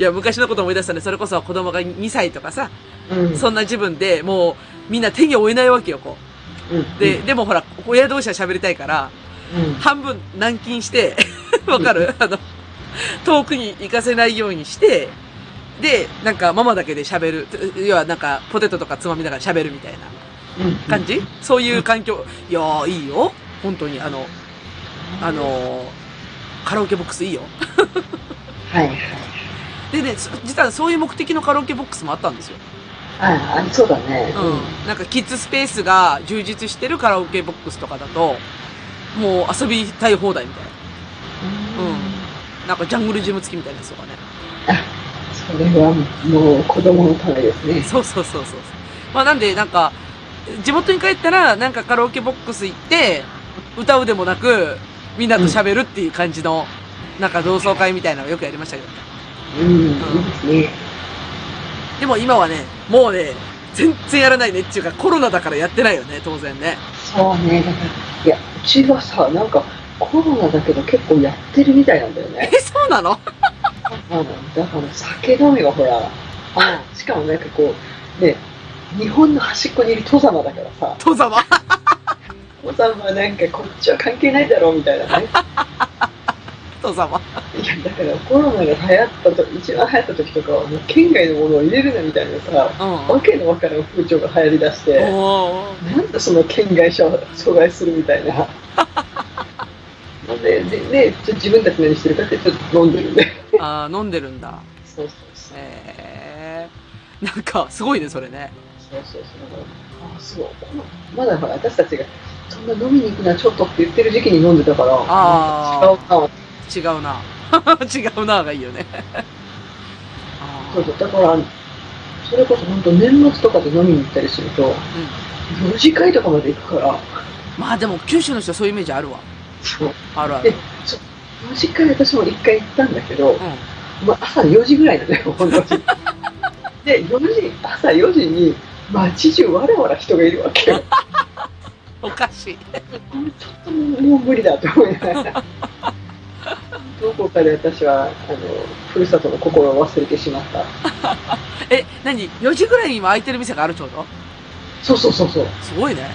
[SPEAKER 2] いや、昔のこと思い出したね。それこそ子供が2歳とかさ、
[SPEAKER 3] うん。
[SPEAKER 2] そんな自分でもうみんな手に負えないわけよ、こ
[SPEAKER 3] うん
[SPEAKER 2] う。で、、でもほら、親同士は喋りたいから、
[SPEAKER 3] うん。
[SPEAKER 2] 半分軟禁して、 わかるあの、遠くに行かせないようにして、で、なんかママだけで喋る。要はなんかポテトとかつまみながら喋るみたいな
[SPEAKER 3] うん
[SPEAKER 2] 感じ、そういう環境。いやー、いいよ。本当に、あの、あ、のーカラオケボックスいいよ。
[SPEAKER 3] はいはい。
[SPEAKER 2] でね、そ実はそういう目的のカラオケボックスもあったんですよ。
[SPEAKER 3] ああ、そうだね。
[SPEAKER 2] うん。なんかキッズスペースが充実してるカラオケボックスとかだと、もう遊びたい放題みたいな。
[SPEAKER 3] うん
[SPEAKER 2] うんなんかジャングルジム付きみたいなやつとかね。
[SPEAKER 3] それはもう子供のためです ね。
[SPEAKER 2] そうそうそうそう。まあなんで、なんか、地元に帰ったら、なんかカラオケボックス行って、歌うでもなく、みんなと喋るっていう感じの、なんか同窓会みたいなのよくやりましたけど。
[SPEAKER 3] うん、いいですね。
[SPEAKER 2] でも今はね、もうね、全然やらないねっていうか、コロナだからやってないよね、当然ね。
[SPEAKER 3] そうね。だから、いや、うちはさ、なんかコロナだけど結構やってるみたいなんだよ
[SPEAKER 2] え
[SPEAKER 3] ね。、
[SPEAKER 2] そうなの
[SPEAKER 3] うんだから酒飲みがほら、あしかもなんかこう、ね、日本の端っこにいる戸様だからさ、
[SPEAKER 2] 戸様。
[SPEAKER 3] 戸様はなんかこっちは関係ないだろうみたいなね。
[SPEAKER 2] 戸様。
[SPEAKER 3] いや、だからコロナが流行ったと、一番流行った時とかはもう県外のものを入れるなみたいなさ、
[SPEAKER 2] うん。
[SPEAKER 3] わけのわからん風潮が流行りだして。
[SPEAKER 2] おー
[SPEAKER 3] なんでその県外者を阻害するみたいな。なんで、で、で、ちょ自分たち何してるかって、ちょっと飲んでるね。
[SPEAKER 2] あー飲んでるんだ。
[SPEAKER 3] そうそうそう。
[SPEAKER 2] えー。なんか、すごいね、それね。
[SPEAKER 3] そうそうそう。あ、そう。このまだほら、私たちが、そんな飲みに行くのはちょっとって言ってる時期に飲んでたから、
[SPEAKER 2] あー
[SPEAKER 3] なんか違う
[SPEAKER 2] 違
[SPEAKER 3] な。
[SPEAKER 2] うな。 違うながいいよね。あ
[SPEAKER 3] そうそう。だから、それこそ本当年末とかで飲みに行ったりすると、
[SPEAKER 2] ーうん
[SPEAKER 3] 4次会とかまで行くから、
[SPEAKER 2] まあでも九州の人はそういうイメージあるわ。
[SPEAKER 3] そう。
[SPEAKER 2] あるある。
[SPEAKER 3] 4次会私も一回行ったんだけど、
[SPEAKER 2] うん。
[SPEAKER 3] まあ、朝4時ぐらいなのよ、 本当に。で、4時、朝4時に、街中わらわら人がいるわけよ。
[SPEAKER 2] おかしい。
[SPEAKER 3] これちょっともう無理だと思いながら。 どこかで私は、あの、ふるさとの心を忘れてしまった。
[SPEAKER 2] え、何 ?4 時ぐらいに今空いてる店があるちょうど
[SPEAKER 3] そうそうそうそう。
[SPEAKER 2] すごいね。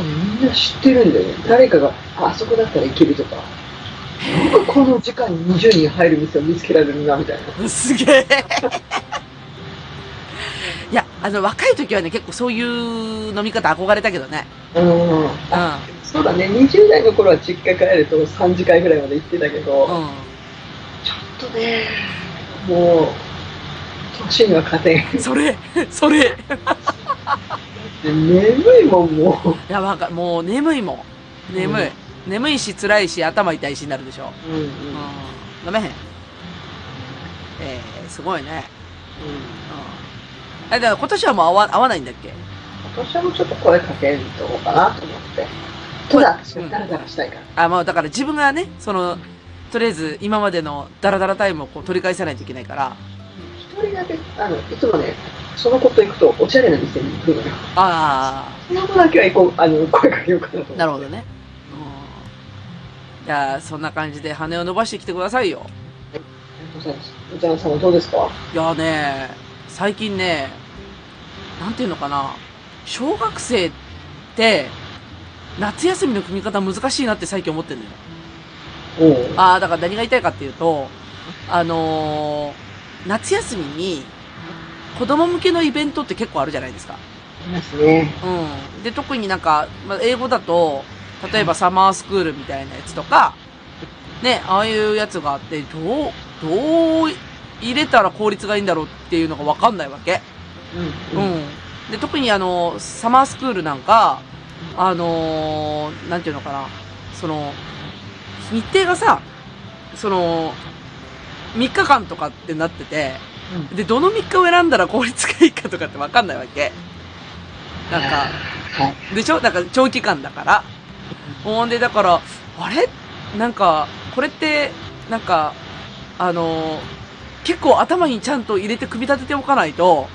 [SPEAKER 3] みんな知ってるんだよね。誰かが、あ、あそこだったら行けるとか。よくこの時間に20人入る店を見つけられるな、みたいな。
[SPEAKER 2] すげえ。 いや、あの、若い時はね、結構そういう飲み方憧れたけどね。
[SPEAKER 3] うん。
[SPEAKER 2] うん。
[SPEAKER 3] そうだね、20代の頃は実家帰ると3次会ぐらいまで行ってたけ
[SPEAKER 2] う
[SPEAKER 3] ど、
[SPEAKER 2] ん。
[SPEAKER 3] ちょっとね、もう、年には勝てん。
[SPEAKER 2] それ、それ。い
[SPEAKER 3] 眠いもん、もう。
[SPEAKER 2] や、わかもう眠いもん。眠い。眠いし、辛いし、頭痛いしになるでしょ。
[SPEAKER 3] うんうん。
[SPEAKER 2] うん。飲めへん。えー、すごいね。うん。あ、だから今年はもう合わ合わないんだっけ
[SPEAKER 3] 年はもうちょっと声かけるとこうかなと思って。ただ、私はダラダラしたいから。
[SPEAKER 2] あ、まあだから自分がね、その、とりあえず今までのダラダラタイムをこう取り返さないといけないから、
[SPEAKER 3] 一人だけ、あの、いつもね、そのこと行くと、おしゃれな店に行くのよ。
[SPEAKER 2] あ
[SPEAKER 3] その子だけは行こう、あの、声かけようかなと思って
[SPEAKER 2] あ、なるほどね。うん。いやー、そんな感じで羽を伸ばしてきてくださいよ。
[SPEAKER 3] ありがとうございます。お茶屋さんはどうですか
[SPEAKER 2] いやーね、最近ね、なんていうのかな、小学生って、夏休みの組み方難しいなって最近思ってんのよ。
[SPEAKER 3] おう
[SPEAKER 2] ああ、だから何が言いたいかっていうと、あのー夏休みに、子供向けのイベントって結構あるじゃないですか。
[SPEAKER 3] いますね。
[SPEAKER 2] うん。で、特になんか、まあ、英語だと、例えばサマースクールみたいなやつとか、ね、ああいうやつがあって、どう、どう入れたら効率がいいんだろうっていうのがわかんないわけ。
[SPEAKER 3] う。
[SPEAKER 2] うん
[SPEAKER 3] うん。
[SPEAKER 2] ん。で、特にあの、サマースクールなんか、あのーなんていうのかな、その、日程がさ、その、3日間とかってなってて、で、どの3日を選んだら効率がいいかとかってわかんないわけ。なんか、
[SPEAKER 3] はい。
[SPEAKER 2] でしょなんか長期間だから。ほんで、だから、あれなんか、これって、なんか、あのー結構頭にちゃんと入れて組み立てておかないと、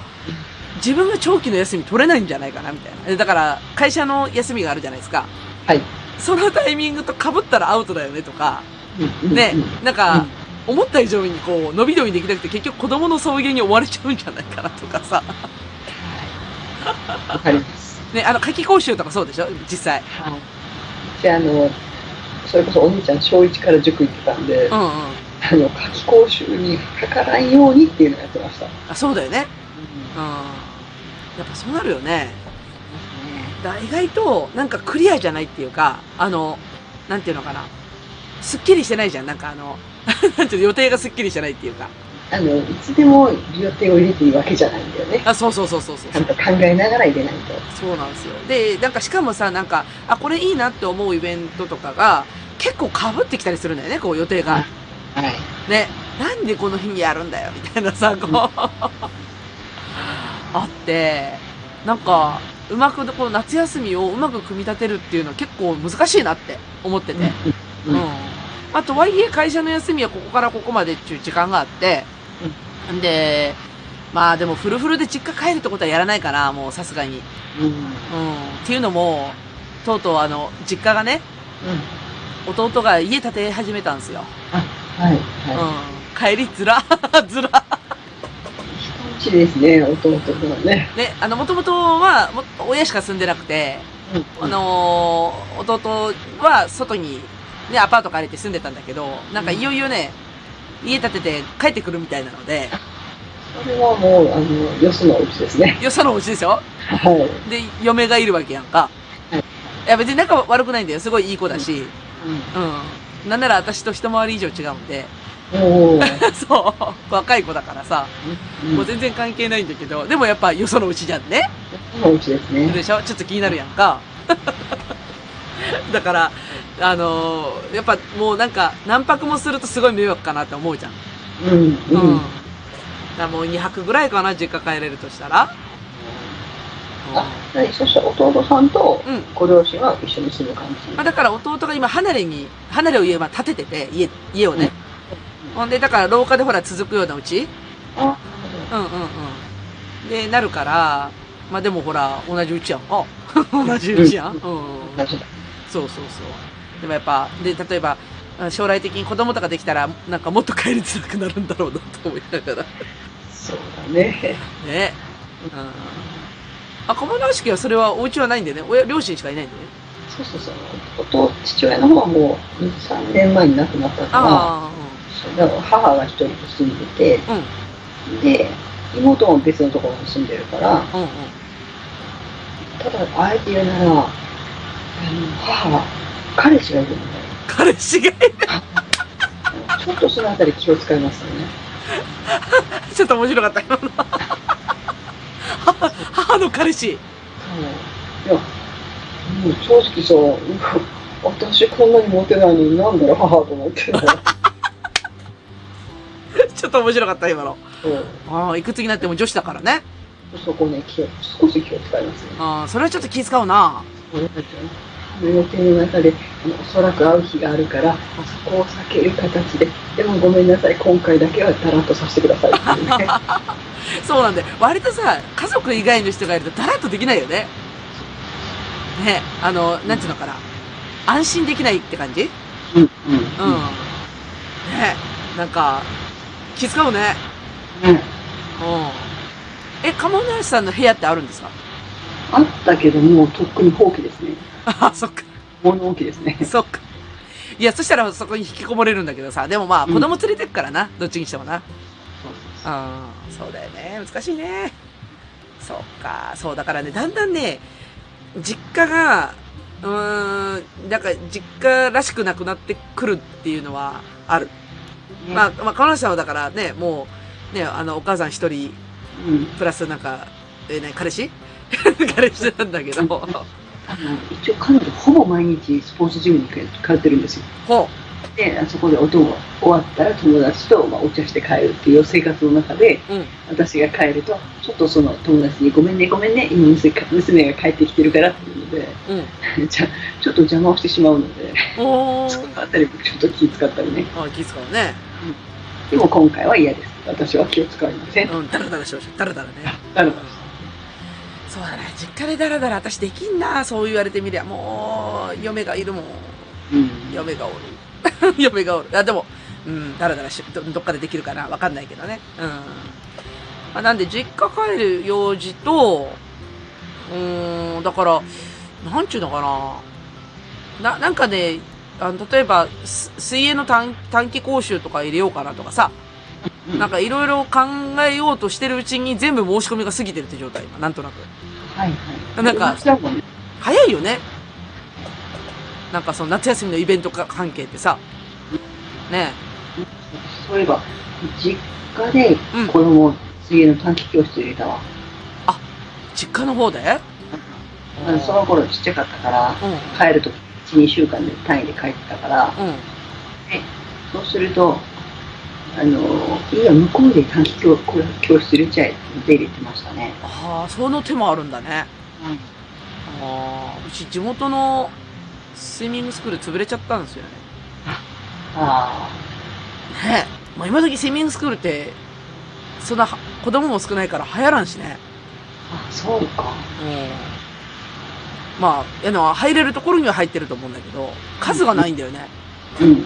[SPEAKER 2] 自分が長期の休み取れないんじゃないかなみたいなで。だから、会社の休みがあるじゃないですか。
[SPEAKER 3] はい。
[SPEAKER 2] そのタイミングと被ったらアウトだよねとか、
[SPEAKER 3] うん
[SPEAKER 2] ね
[SPEAKER 3] うん、
[SPEAKER 2] なんか、思った以上にこう、伸び伸びできなくて結局子供の送迎に追われちゃうんじゃないかなとかさ。
[SPEAKER 3] わかります。
[SPEAKER 2] ね、あの、夏季講習とかそうでしょ実際。
[SPEAKER 3] はい。じゃあ、あの、それこそお兄ちゃん、小1から塾行ってたんで、
[SPEAKER 2] う
[SPEAKER 3] あ
[SPEAKER 2] んうん。
[SPEAKER 3] の、夏期講習にかからんようにっていうのをやってました。う
[SPEAKER 2] あ、そうだよね。うん
[SPEAKER 3] ん。
[SPEAKER 2] やっぱそうなるよね。だから意外と、なんかクリアじゃないっていうか、あの、なんていうのかな。すっきりしてないじゃん。なんかあの、 なんていうの予定がすっきりしてないっていうか。
[SPEAKER 3] あの、いつでも予定を入れていいわけじゃないんだよね。
[SPEAKER 2] あ、そうそうそうそうそう
[SPEAKER 3] ちゃ。んと考えながら入れないと。
[SPEAKER 2] そうなんですよ。で、なんかしかもさ、なんか、あ、これいいなって思うイベントとかが、結構被ってきたりするんだよね、こう予定が。
[SPEAKER 3] はい。
[SPEAKER 2] ね、なんでこの日にやるんだよ、みたいなさ、こう、
[SPEAKER 3] うん
[SPEAKER 2] あって、なんか、うまく、こう、夏休みをうまく組み立てるっていうのは結構難しいなって思ってて。
[SPEAKER 3] うん
[SPEAKER 2] うん。あと、はいえ会社の休みはここからここまでっていう時間があって、んで、まあでもフルフルで実家帰るってことはやらないかな、もうさすがに。
[SPEAKER 3] うん。うん。
[SPEAKER 2] うん。っていうのも、とうとうあの、実家がね、弟が家建て始めたんですよ。
[SPEAKER 3] はい。
[SPEAKER 2] う
[SPEAKER 3] は
[SPEAKER 2] ん。帰りづら、 ずら。
[SPEAKER 3] い。人んちですね、弟君はね。
[SPEAKER 2] ね、あの、もともとは、も親しか住んでなくて、
[SPEAKER 3] うん
[SPEAKER 2] あのー弟は外に、ね、アパート借りて住んでたんだけど、なんかいよいよね、家建てて帰ってくるみたいなので、
[SPEAKER 3] それはもう、あの、よそのお家ですね。
[SPEAKER 2] よそのうちですよ。
[SPEAKER 3] はい。
[SPEAKER 2] で、嫁がいるわけやんか
[SPEAKER 3] はい。
[SPEAKER 2] いや、別に仲悪くないんだよ。すごいいい子だし、
[SPEAKER 3] うん
[SPEAKER 2] うん。なんなら私と一回り以上違うんで、
[SPEAKER 3] おー。
[SPEAKER 2] そう、若い子だからさ、
[SPEAKER 3] うん
[SPEAKER 2] もう全然関係ないんだけど、でもやっぱよそのうちじゃんね。
[SPEAKER 3] お家です
[SPEAKER 2] いる
[SPEAKER 3] ね。
[SPEAKER 2] でしょちょっと気になるやんか。 だから、あのーやっぱもうなんか、何泊もするとすごい迷惑かなって思うじゃん。
[SPEAKER 3] うん、
[SPEAKER 2] う
[SPEAKER 3] うん
[SPEAKER 2] ん。だからもう2泊ぐらいかな、実家帰れるとしたら。
[SPEAKER 3] あ、はい、そしたら弟さんと
[SPEAKER 2] うん。
[SPEAKER 3] ご両親は一緒に住む感じ。
[SPEAKER 2] まあ、だから弟が今離れに、離れを言えば建ててて、家、家をね。
[SPEAKER 3] うん
[SPEAKER 2] ほんで、だから廊下でほら続くようなうち
[SPEAKER 3] あ、
[SPEAKER 2] うんうんうん。で、なるから、まあでもほら、同じうちやんか。 同じうちやん。うん。
[SPEAKER 3] なるほど。
[SPEAKER 2] そうそうそう。でもやっぱ、で、例えば、あ将来的に子供とかできたら、なんかもっと帰りづらくなるんだろうなと思いながら。
[SPEAKER 3] そうだね。
[SPEAKER 2] ね。うん。あ、小室式はそれはお家はないんだよね。親、両親しかいないんだよね。
[SPEAKER 3] そうそうそう。弟、父親の方はもう2、3年前に亡くなったから、
[SPEAKER 2] あ
[SPEAKER 3] そうだから母が一人と住んで
[SPEAKER 2] あ、うん。うん、
[SPEAKER 3] て、で、妹も別のところに住んでるから、
[SPEAKER 2] うん、うん。
[SPEAKER 3] ただ、あえて言うなら、あの母は彼氏がいるんだよ。
[SPEAKER 2] 彼氏が、
[SPEAKER 3] ちょっとそのあたり気を使いますよね。
[SPEAKER 2] ちょっと面白かった、今の。 母、母の彼氏。
[SPEAKER 3] そういや、もう 正直さ、私こんなにモテないのになんだろう、母と思 ってた。
[SPEAKER 2] ちょっと面白かった、今の。
[SPEAKER 3] そう
[SPEAKER 2] ああ、いくつになっても女子だからね。
[SPEAKER 3] そこね、気を、少し気を使いますね。
[SPEAKER 2] ああ、それはちょっと気遣うな。
[SPEAKER 3] そうなんですよねあの予定の中で、あのおそらく会う日があるから、あそこを避ける形で、でもごめんなさい、今回だけはだらっとさせてくださいっていうね。
[SPEAKER 2] そうなんだよ。割とさ、家族以外の人がいるとだらっとできないよね。ね、あの、なんていうのかな。安心できないって感じうん。ね、
[SPEAKER 3] うん、うん、
[SPEAKER 2] なんか、気遣うね。
[SPEAKER 3] うん。
[SPEAKER 2] うん。え、鴨梨さんの部屋ってあるんですか
[SPEAKER 3] あったけど、もうとっくに放棄ですね。
[SPEAKER 2] あ、そっ か。
[SPEAKER 3] 物置ですね。
[SPEAKER 2] そっか。いや、そしたらそこに引きこもれるんだけどさ。でもまあ、
[SPEAKER 3] うん
[SPEAKER 2] 子供連れてくからな。どっちにしてもな。ああ、そうだよね。難しいね。そうか。そう、だからね、だんだんね、実家が、うーん、なんか実家らしくなくなってくるっていうのはある。まあ、まあ、彼女さんはだからね、もう、ね、あの、お母さん一人、
[SPEAKER 3] うん、
[SPEAKER 2] プラスなんか、え、ね、彼氏 彼氏なんだけど。
[SPEAKER 3] あの一応彼女ほぼ毎日スポーツジムに通ってるんですよ
[SPEAKER 2] ほ
[SPEAKER 3] であそこでお供が終わったら友達と、まあ、お茶して帰るっていう生活の中で
[SPEAKER 2] う。うん。
[SPEAKER 3] 私が帰るとちょっとその友達に「ごめんねごめんね今娘か娘が帰ってきてるから」っていうので
[SPEAKER 2] うん。
[SPEAKER 3] じゃちょっと邪魔をしてしまうので
[SPEAKER 2] お
[SPEAKER 3] そ
[SPEAKER 2] ー。
[SPEAKER 3] のあたりもちょっと気使ったりね
[SPEAKER 2] あ、気遣うね。
[SPEAKER 3] でも今回は嫌です私は気を使いません
[SPEAKER 2] うん、ダラダラしましょう。ダラダラね。
[SPEAKER 3] なるほ
[SPEAKER 2] そうだね。実家でダラダラ私できんな。そう言われてみりゃ。もう、嫁がいるもん。
[SPEAKER 3] どうん
[SPEAKER 2] 嫁がおる。 嫁がおる。あ、でも、うん、ダラダラし、どどっかでできるかな。わかんないけどね。うん。あ、なんで、実家帰る用事と、うーん、だから、なんちゅうのかな。な、なんかね、あの例えば、す水泳の短短期講習とか入れようかなとかさ、
[SPEAKER 3] うん
[SPEAKER 2] なんかいろいろ考えようとしてるうちに全部申し込みが過ぎてるって状態、今なんとなく。
[SPEAKER 3] はいはい
[SPEAKER 2] なんか
[SPEAKER 3] そうもんね
[SPEAKER 2] 早いよね。なんかその夏休みのイベントか関係ってさ。ね
[SPEAKER 3] そういえば実家で
[SPEAKER 2] うん
[SPEAKER 3] 子供を水泳の短期教室入れた
[SPEAKER 2] え
[SPEAKER 3] わ、
[SPEAKER 2] 実家の方で
[SPEAKER 3] あのその頃ちっちゃかったから
[SPEAKER 2] うん。
[SPEAKER 3] 帰ると12週間で単位で帰ってたから
[SPEAKER 2] うん。
[SPEAKER 3] そうするとあのいいや向こうで短期教教室入れちゃえって入れてましたね、
[SPEAKER 2] ああ、その手もあるんだね。ああ、うち地元のスイミングスクール潰れちゃったんですよね。
[SPEAKER 3] あ
[SPEAKER 2] ねえ。まあ今時スイミングスクールって、そんなは子供も少ないから流行らんしね。
[SPEAKER 3] ーあそうか
[SPEAKER 2] うん。まあ、いやでも入れるところには入ってると思うんだけど、数がないんだよね。
[SPEAKER 3] うんうんうん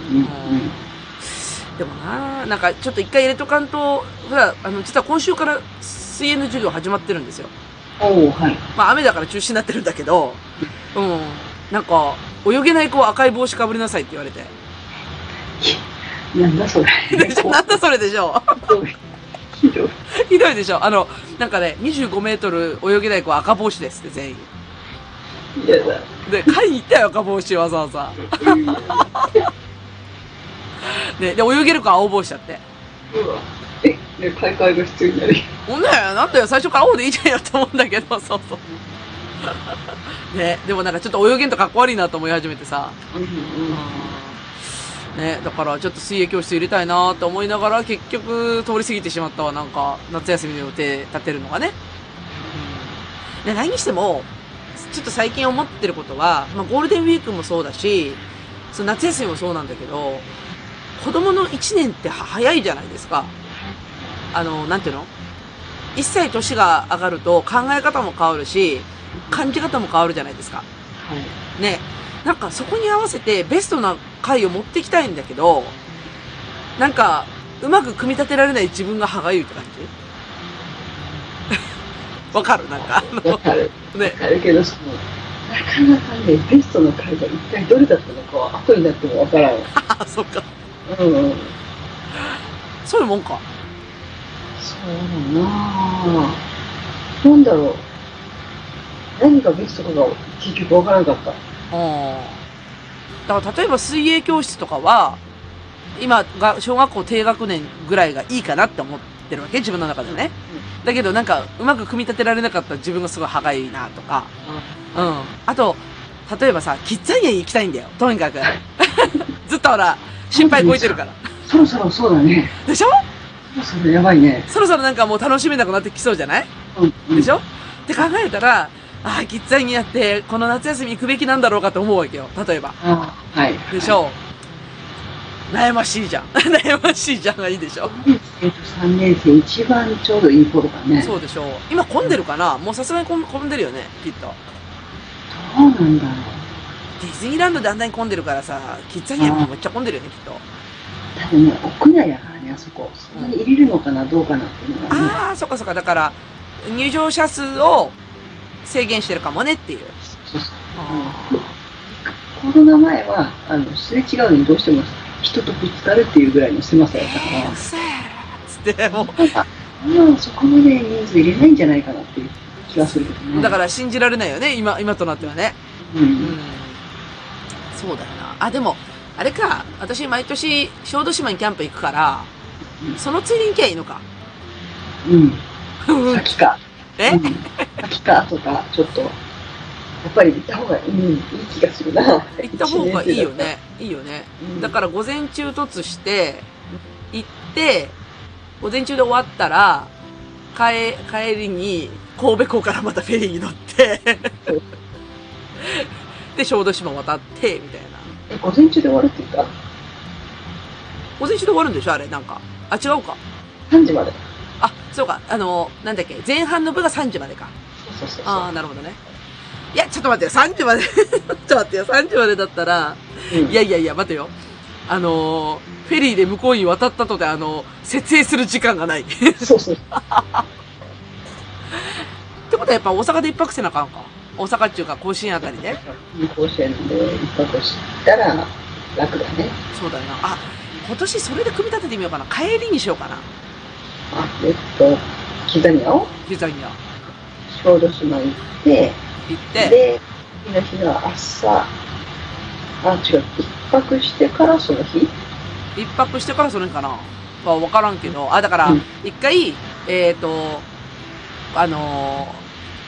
[SPEAKER 2] でもな、なんかちょっと一回入れとかんと、ほら、あの、実は今週から水泳の授業始まってるんですよ。
[SPEAKER 3] おおはい
[SPEAKER 2] まあ雨だから中止になってるんだけど、うん。なんか、泳げない子は赤い帽子かぶりなさいって言われて。
[SPEAKER 3] なんだそれ
[SPEAKER 2] なんだそれでしょ
[SPEAKER 3] 怖い ひどいう
[SPEAKER 2] ひどいでしょあの、なんかね、25メートル泳げない子は赤帽子ですって全員。
[SPEAKER 3] 嫌だ
[SPEAKER 2] で、買いに行ったよ、赤帽子わざわざ。
[SPEAKER 3] うんうわ
[SPEAKER 2] ね、で、泳げる子は青帽子だって。
[SPEAKER 3] えね買い替えが必要になる
[SPEAKER 2] ほんなら、なんだよ、最初から青でいいじゃんよって思うんだけど、そうそう。ね、でもなんかちょっと泳げんとかっこ悪いなと思い始めてさ。
[SPEAKER 3] うんうん
[SPEAKER 2] ね、だからちょっと水泳教室入れたいなと思いながら結局通り過ぎてしまったわなんか夏休みの予定立てるのがね。うん、で何にしてもちょっと最近思ってることは、まあ、ゴールデンウィークもそうだしその夏休みもそうなんだけど子供の1年っては早いじゃないですか。あのなんていうの一歳年が上がると考え方も変わるし感じ方も変わるじゃないですか。
[SPEAKER 3] はい
[SPEAKER 2] ね、なんかそこに合わせてベストな回を持ってきたいんだけど、なんか、うまく組み立てられない自分が歯がゆいって感じ わかるなんか、あ
[SPEAKER 3] わかる。
[SPEAKER 2] のね
[SPEAKER 3] わ、かるけど、その、なかなかね、ベストの回が一体どれだったのかは後になってもわからん。
[SPEAKER 2] あ、そっか。
[SPEAKER 3] うんうん。
[SPEAKER 2] そういうもんか。
[SPEAKER 3] そうだなぁ。なんだろう。何がベストかが結局わからなかった。
[SPEAKER 2] うん。だから例えば水泳教室とかは、今が、小学校低学年ぐらいがいいかなって思ってるわけ自分の中でね。だけどなんか、うまく組み立てられなかった自分がすごい歯がゆいなとか。うん。あと、例えばさ、キッザニアに行きたいんだよ。とにかく。 ずっとほら、心配こいてるから。
[SPEAKER 3] そろそろそうだね。
[SPEAKER 2] でしょ
[SPEAKER 3] そろそろやばいね。
[SPEAKER 2] そろそろなんかもう楽しめなくなってきそうじゃない
[SPEAKER 3] うんうん
[SPEAKER 2] でしょって考えたら、ああ、キッザニアって、この夏休み行くべきなんだろうかと思うわけよ。例えば。
[SPEAKER 3] あーはい。
[SPEAKER 2] でしょ悩ましいじゃん。 悩ましいじゃんがいいでしょ
[SPEAKER 3] 2年生と3年生、一番ちょうどいい頃だね。
[SPEAKER 2] そうでしょう。今混んでるかなもうさすがに混混んでるよね、きっと。
[SPEAKER 3] どうなんだろう。
[SPEAKER 2] ディズニーランドであんなに混んでるからさ、キッザニアもめっちゃ混んでるよね、きっと。
[SPEAKER 3] 多分ね、屋内やからね、あそこ。そんなに入れるのかな、どうかなっていうのがね。
[SPEAKER 2] ああ、そっかそっか。だから、入場者数を制限してるかもねっていう。
[SPEAKER 3] そうそうコロナ前は、あの、すれ違うのにどうしても人とぶつかるっていうぐらいの狭さやったから。
[SPEAKER 2] うっせーつって、も
[SPEAKER 3] なんか、まあ、そこまで人数入れないんじゃないかなっていう気がするけど
[SPEAKER 2] う、
[SPEAKER 3] ね。、
[SPEAKER 2] だからら信じられないよね、今、今となってはね。
[SPEAKER 3] う、
[SPEAKER 2] うんん。そうだよな。あ、でも、あれか、私毎年、小豆島にキャンプ行くから、そのついでに行きゃいいのか。
[SPEAKER 3] うん、先か。
[SPEAKER 2] え、
[SPEAKER 3] うん、先かとか、ちょっと、やっぱり行った方がいい、いい気がするな。
[SPEAKER 2] 行った方がいいよね。いいよね。だから午前中突して、行って、午前中で終わったら、帰、帰りに、神戸港からまたフェリーに乗って、 で、小豆島渡って、みたいな。
[SPEAKER 3] ら。午前中で終わるって言った
[SPEAKER 2] 午前中で終わるんでしょあれ、なんか。あ、違うか。
[SPEAKER 3] ?3 時まで。
[SPEAKER 2] あ、そうか。あの、なんだっけ。前半の部が3時までか。
[SPEAKER 3] そうそうそうそう。
[SPEAKER 2] ああ、なるほどね。いや、ちょっと待ってよ。3時まで。ち ょっと待ってよ。3時までだったら、
[SPEAKER 3] うん
[SPEAKER 2] いやいやいや、待てよ。あのー、フェリーで向こうに渡ったとて、あのー、設営する時間がない。 って
[SPEAKER 3] そうそう。
[SPEAKER 2] ことはやっぱ大阪で一泊せなあかんか。大阪っていうか、甲子園あたりで。
[SPEAKER 3] 甲子園で一泊したら楽だね。
[SPEAKER 2] そうだよな。あ、今年それで組み立ててみようかな。帰りにしようかな。
[SPEAKER 3] あ、えっと、刻みを
[SPEAKER 2] デザインは。
[SPEAKER 3] 小豆島行って、
[SPEAKER 2] 行って。
[SPEAKER 3] で、次の日の朝、あ、違う、一泊してからその日
[SPEAKER 2] 一泊してからその日かな。まあ、わからんけど。あ、だから
[SPEAKER 3] うん、
[SPEAKER 2] 一回、えっ、と、あのー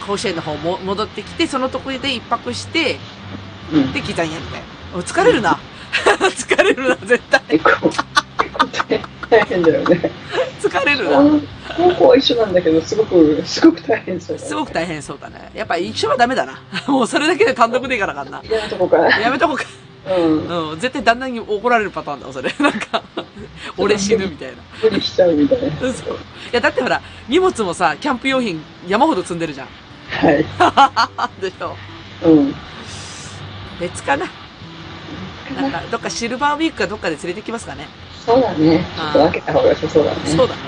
[SPEAKER 2] 甲子園の方も戻ってきて、そのとこで一泊して、
[SPEAKER 3] うん。
[SPEAKER 2] で、刻んやみたいな。疲れる な。疲れるな、絶対。
[SPEAKER 3] 結構、結構大変だよ ね。
[SPEAKER 2] 疲れるな。
[SPEAKER 3] あの、高校は一緒なんだけど、すごく、すごく大変そうだ、ね。
[SPEAKER 2] すごく大変そうだね。やっぱ一緒はダメだな。 もうそれだけで単独でいかなあかんな。
[SPEAKER 3] 嫌なとこから。
[SPEAKER 2] やめとこうか。
[SPEAKER 3] うん。
[SPEAKER 2] うん。絶対旦那に怒られるパターンだわ、それ。なんか、 俺死ぬみたいな。
[SPEAKER 3] 無理しちゃうみたいな。
[SPEAKER 2] そう。いや、だってほら、荷物もさ、キャンプ用品山ほど積んでるじゃん。
[SPEAKER 3] はい。
[SPEAKER 2] でしょ。
[SPEAKER 3] うん。
[SPEAKER 2] 別かな。なんか、どっかシルバーウィークかどっかで連れてきますかね。
[SPEAKER 3] そうだね。ちょっと分けた方が良さそうだね。
[SPEAKER 2] そうだな。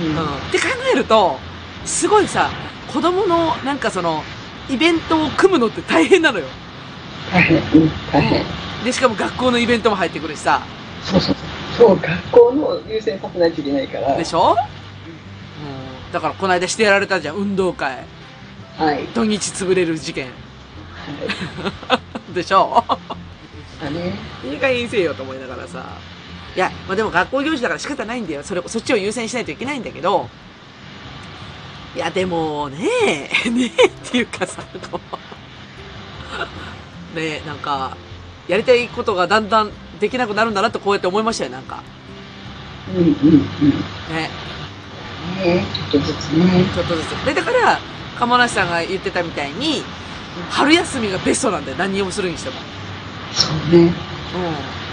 [SPEAKER 3] うん
[SPEAKER 2] うん。って考えると、すごいさ、子供の、なんかその、イベントを組むのって大変なのよ。
[SPEAKER 3] 大変、うん、大変。
[SPEAKER 2] で、しかも学校のイベントも入ってくるしさ。
[SPEAKER 3] そうそうそう。そう、学校の優先させないといけないから。
[SPEAKER 2] でしょ、うん、だからこの間してやられたじゃん運動会
[SPEAKER 3] はい。はい。
[SPEAKER 2] 土日潰れる事件でしょ
[SPEAKER 3] だね。
[SPEAKER 2] いい加減にせよと思いながらさいや、まあ、でも学校行事だから仕方ないんだよそれそっちを優先しないといけないんだけどいやでもね えねえっていうかさこう ねえなんかやりたいことがだんだんできなくなるんだなってこうやって思いましたよなんか
[SPEAKER 3] うんうんうん。
[SPEAKER 2] ね
[SPEAKER 3] ねちょっとずつね。
[SPEAKER 2] ちょっとずつでだから鴨梨さんが言ってたみたいに春休みがベストなんだよ何をするにしても
[SPEAKER 3] そうね。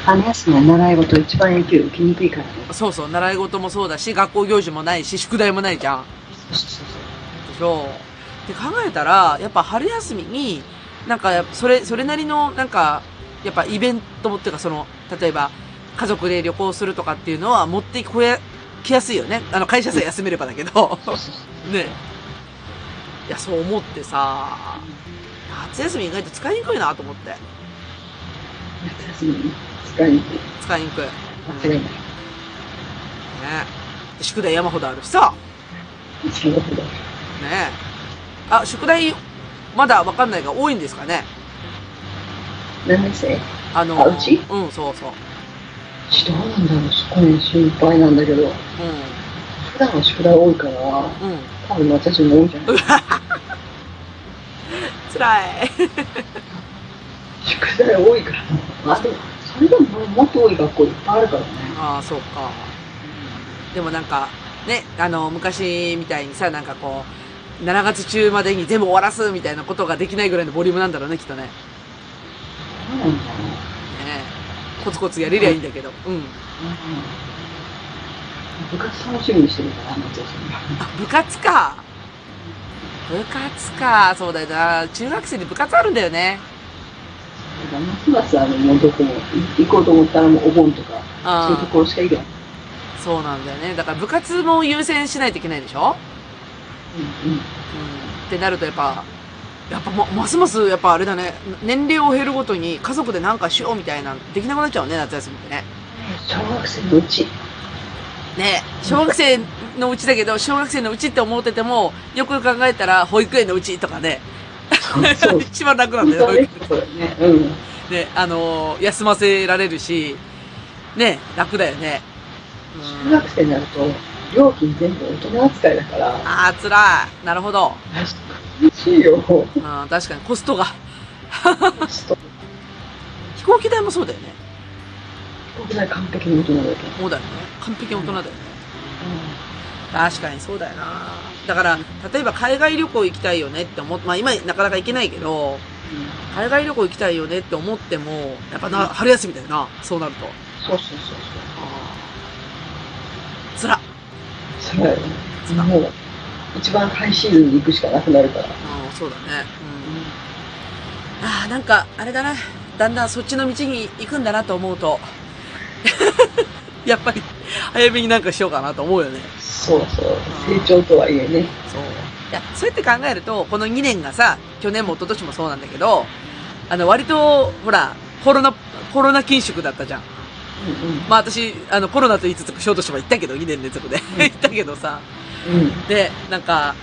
[SPEAKER 3] 春休みは習い事一番影響受けにくいからね。
[SPEAKER 2] うんそうそう習い事もそうだし学校行事もないし宿題もないじゃん
[SPEAKER 3] そうそう
[SPEAKER 2] でしょって考えたらやっぱ春休みになんかそれそれなりのなんかやっぱイベントもっていうかその例えば家族で旅行するとかっていうのは持ってこやきやすいよねあの会社さえ休めればだけど
[SPEAKER 3] そう。そうそう
[SPEAKER 2] ねいやそう思ってさ夏休み意外と使いにくいなと思って
[SPEAKER 3] 夏休みに使いにくい。
[SPEAKER 2] 使いにくいね
[SPEAKER 3] 間違いない。
[SPEAKER 2] 宿題山ほどあるしさ
[SPEAKER 3] そのほど。
[SPEAKER 2] ねあ宿題まだわかんないが多いんですかね
[SPEAKER 3] 何年生
[SPEAKER 2] あの
[SPEAKER 3] あうち
[SPEAKER 2] うんそうそう
[SPEAKER 3] どうなんだろう。そこね、心配なんだけど。普段は宿題多いから、
[SPEAKER 2] うんうん
[SPEAKER 3] 多分私も多いんじゃ ない
[SPEAKER 2] つ らい
[SPEAKER 3] 宿題多いから。まあでも、それでももっと多い学校いっぱいあるからね。
[SPEAKER 2] ああそうかでもなんかねあの昔みたいにさなんかこう7月中までに全部終わらすみたいなことができないぐらいのボリュームなんだろうね、きっとね。ね
[SPEAKER 3] そうなんだろう。
[SPEAKER 2] えコツコツやれりゃいいんだけど。うん。
[SPEAKER 3] うん。部活楽しみにしてるから、夏休
[SPEAKER 2] あ、部活か。部活か。そうだよな。中学生に部活あるんだよね。
[SPEAKER 3] み。だからますますあの、もうどこも行こうと思ったらもうお盆とか、そういうと
[SPEAKER 2] う
[SPEAKER 3] ころしか行けない。
[SPEAKER 2] ん。そうなんだよね。だから部活も優先しないといけないでしょ
[SPEAKER 3] うんうん。
[SPEAKER 2] うんってなるとやっぱ、やっぱま、ますますやっぱあれだね、年齢を減るごとに家族でなんかしようみたいな、できなくなっちゃうね、夏休みってね。
[SPEAKER 3] 小学生のうち。
[SPEAKER 2] ね小学生のうちだけど、小学生のうちって思ってても、よくよく考えたら保育園のうちとかね、
[SPEAKER 3] そうそう。
[SPEAKER 2] 一番楽なん
[SPEAKER 3] 本
[SPEAKER 2] だよ、
[SPEAKER 3] 当
[SPEAKER 2] 保育
[SPEAKER 3] ね
[SPEAKER 2] 園。、
[SPEAKER 3] これね。うん。
[SPEAKER 2] ね、あのー休ませられるし、ね、楽だよね。う
[SPEAKER 3] 中
[SPEAKER 2] ん、
[SPEAKER 3] 学生になると、料金全部大人扱いだから、
[SPEAKER 2] ああ、辛い。なるほど。
[SPEAKER 3] 厳しいよ。
[SPEAKER 2] うん、確かにコストが。
[SPEAKER 3] ちょっと、
[SPEAKER 2] 飛行機代もそうだよね。
[SPEAKER 3] 僕ら完璧に大人だけど。
[SPEAKER 2] そうだよね。完璧に大人だよね。確かにそうだよな。だから、例えば海外旅行行きたいよねって思っまあ今なかなか行けないけど、
[SPEAKER 3] うん。
[SPEAKER 2] 海外旅行行きたいよねって思っても、やっぱな、
[SPEAKER 3] うん
[SPEAKER 2] 春休みだよな。そうなると。
[SPEAKER 3] そうそうそう
[SPEAKER 2] つら。
[SPEAKER 3] そう。そうだよね。
[SPEAKER 2] つら。うん、
[SPEAKER 3] もう、一番ハイシーズンに行くしかなくなるから。
[SPEAKER 2] そうだね。うん。ああ、なんか、あれだな。だんだんそっちの道に行くんだなと思うと、 やっぱり、早めになんかしようかなと思うよね。
[SPEAKER 3] そうそう。成長とはいえね。
[SPEAKER 2] そう。いや、そうやって考えると、この2年がさ、去年も一昨年もそうなんだけど、あの、割と、ほら、コロナ、コロナ禁食だったじゃん。
[SPEAKER 3] うん
[SPEAKER 2] まあ私、あの、コロナと言いつつ、小豆島行ったけど、2年連続で。 行ったけどさ。
[SPEAKER 3] うん。うん。
[SPEAKER 2] で、なんか、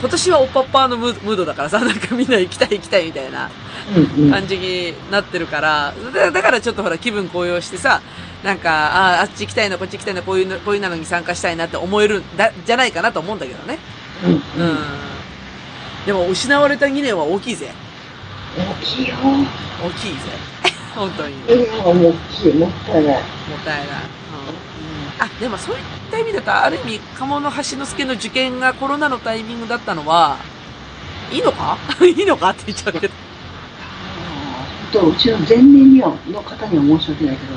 [SPEAKER 2] 今年はおっぱっぱーのムームードだからさ、なんかみんな行きたい行きたいみたいな
[SPEAKER 3] うん。うん。
[SPEAKER 2] 感じになってるから、だだからちょっとほら気分高揚してさ、なんか、ああ、あっち行きたいな、こっち行きたいな、こういうの、こういうのに参加したいなって思えるんだ、じゃないかなと思うんだけどね。
[SPEAKER 3] う。
[SPEAKER 2] うんん。でも失われた2年は大きいぜ。
[SPEAKER 3] 大きいよ。
[SPEAKER 2] 大きいぜ。 本当に。もっ
[SPEAKER 3] 笑顔も大きい。もったいない。
[SPEAKER 2] たいない。うんあ、でもそういった意味だと、ある意味、鴨の橋之助の受験がコロナのタイミングだったのは、いいのか いいのかって言っちゃうけど。
[SPEAKER 3] あと、うちの前年には、の方には申し訳ないけど、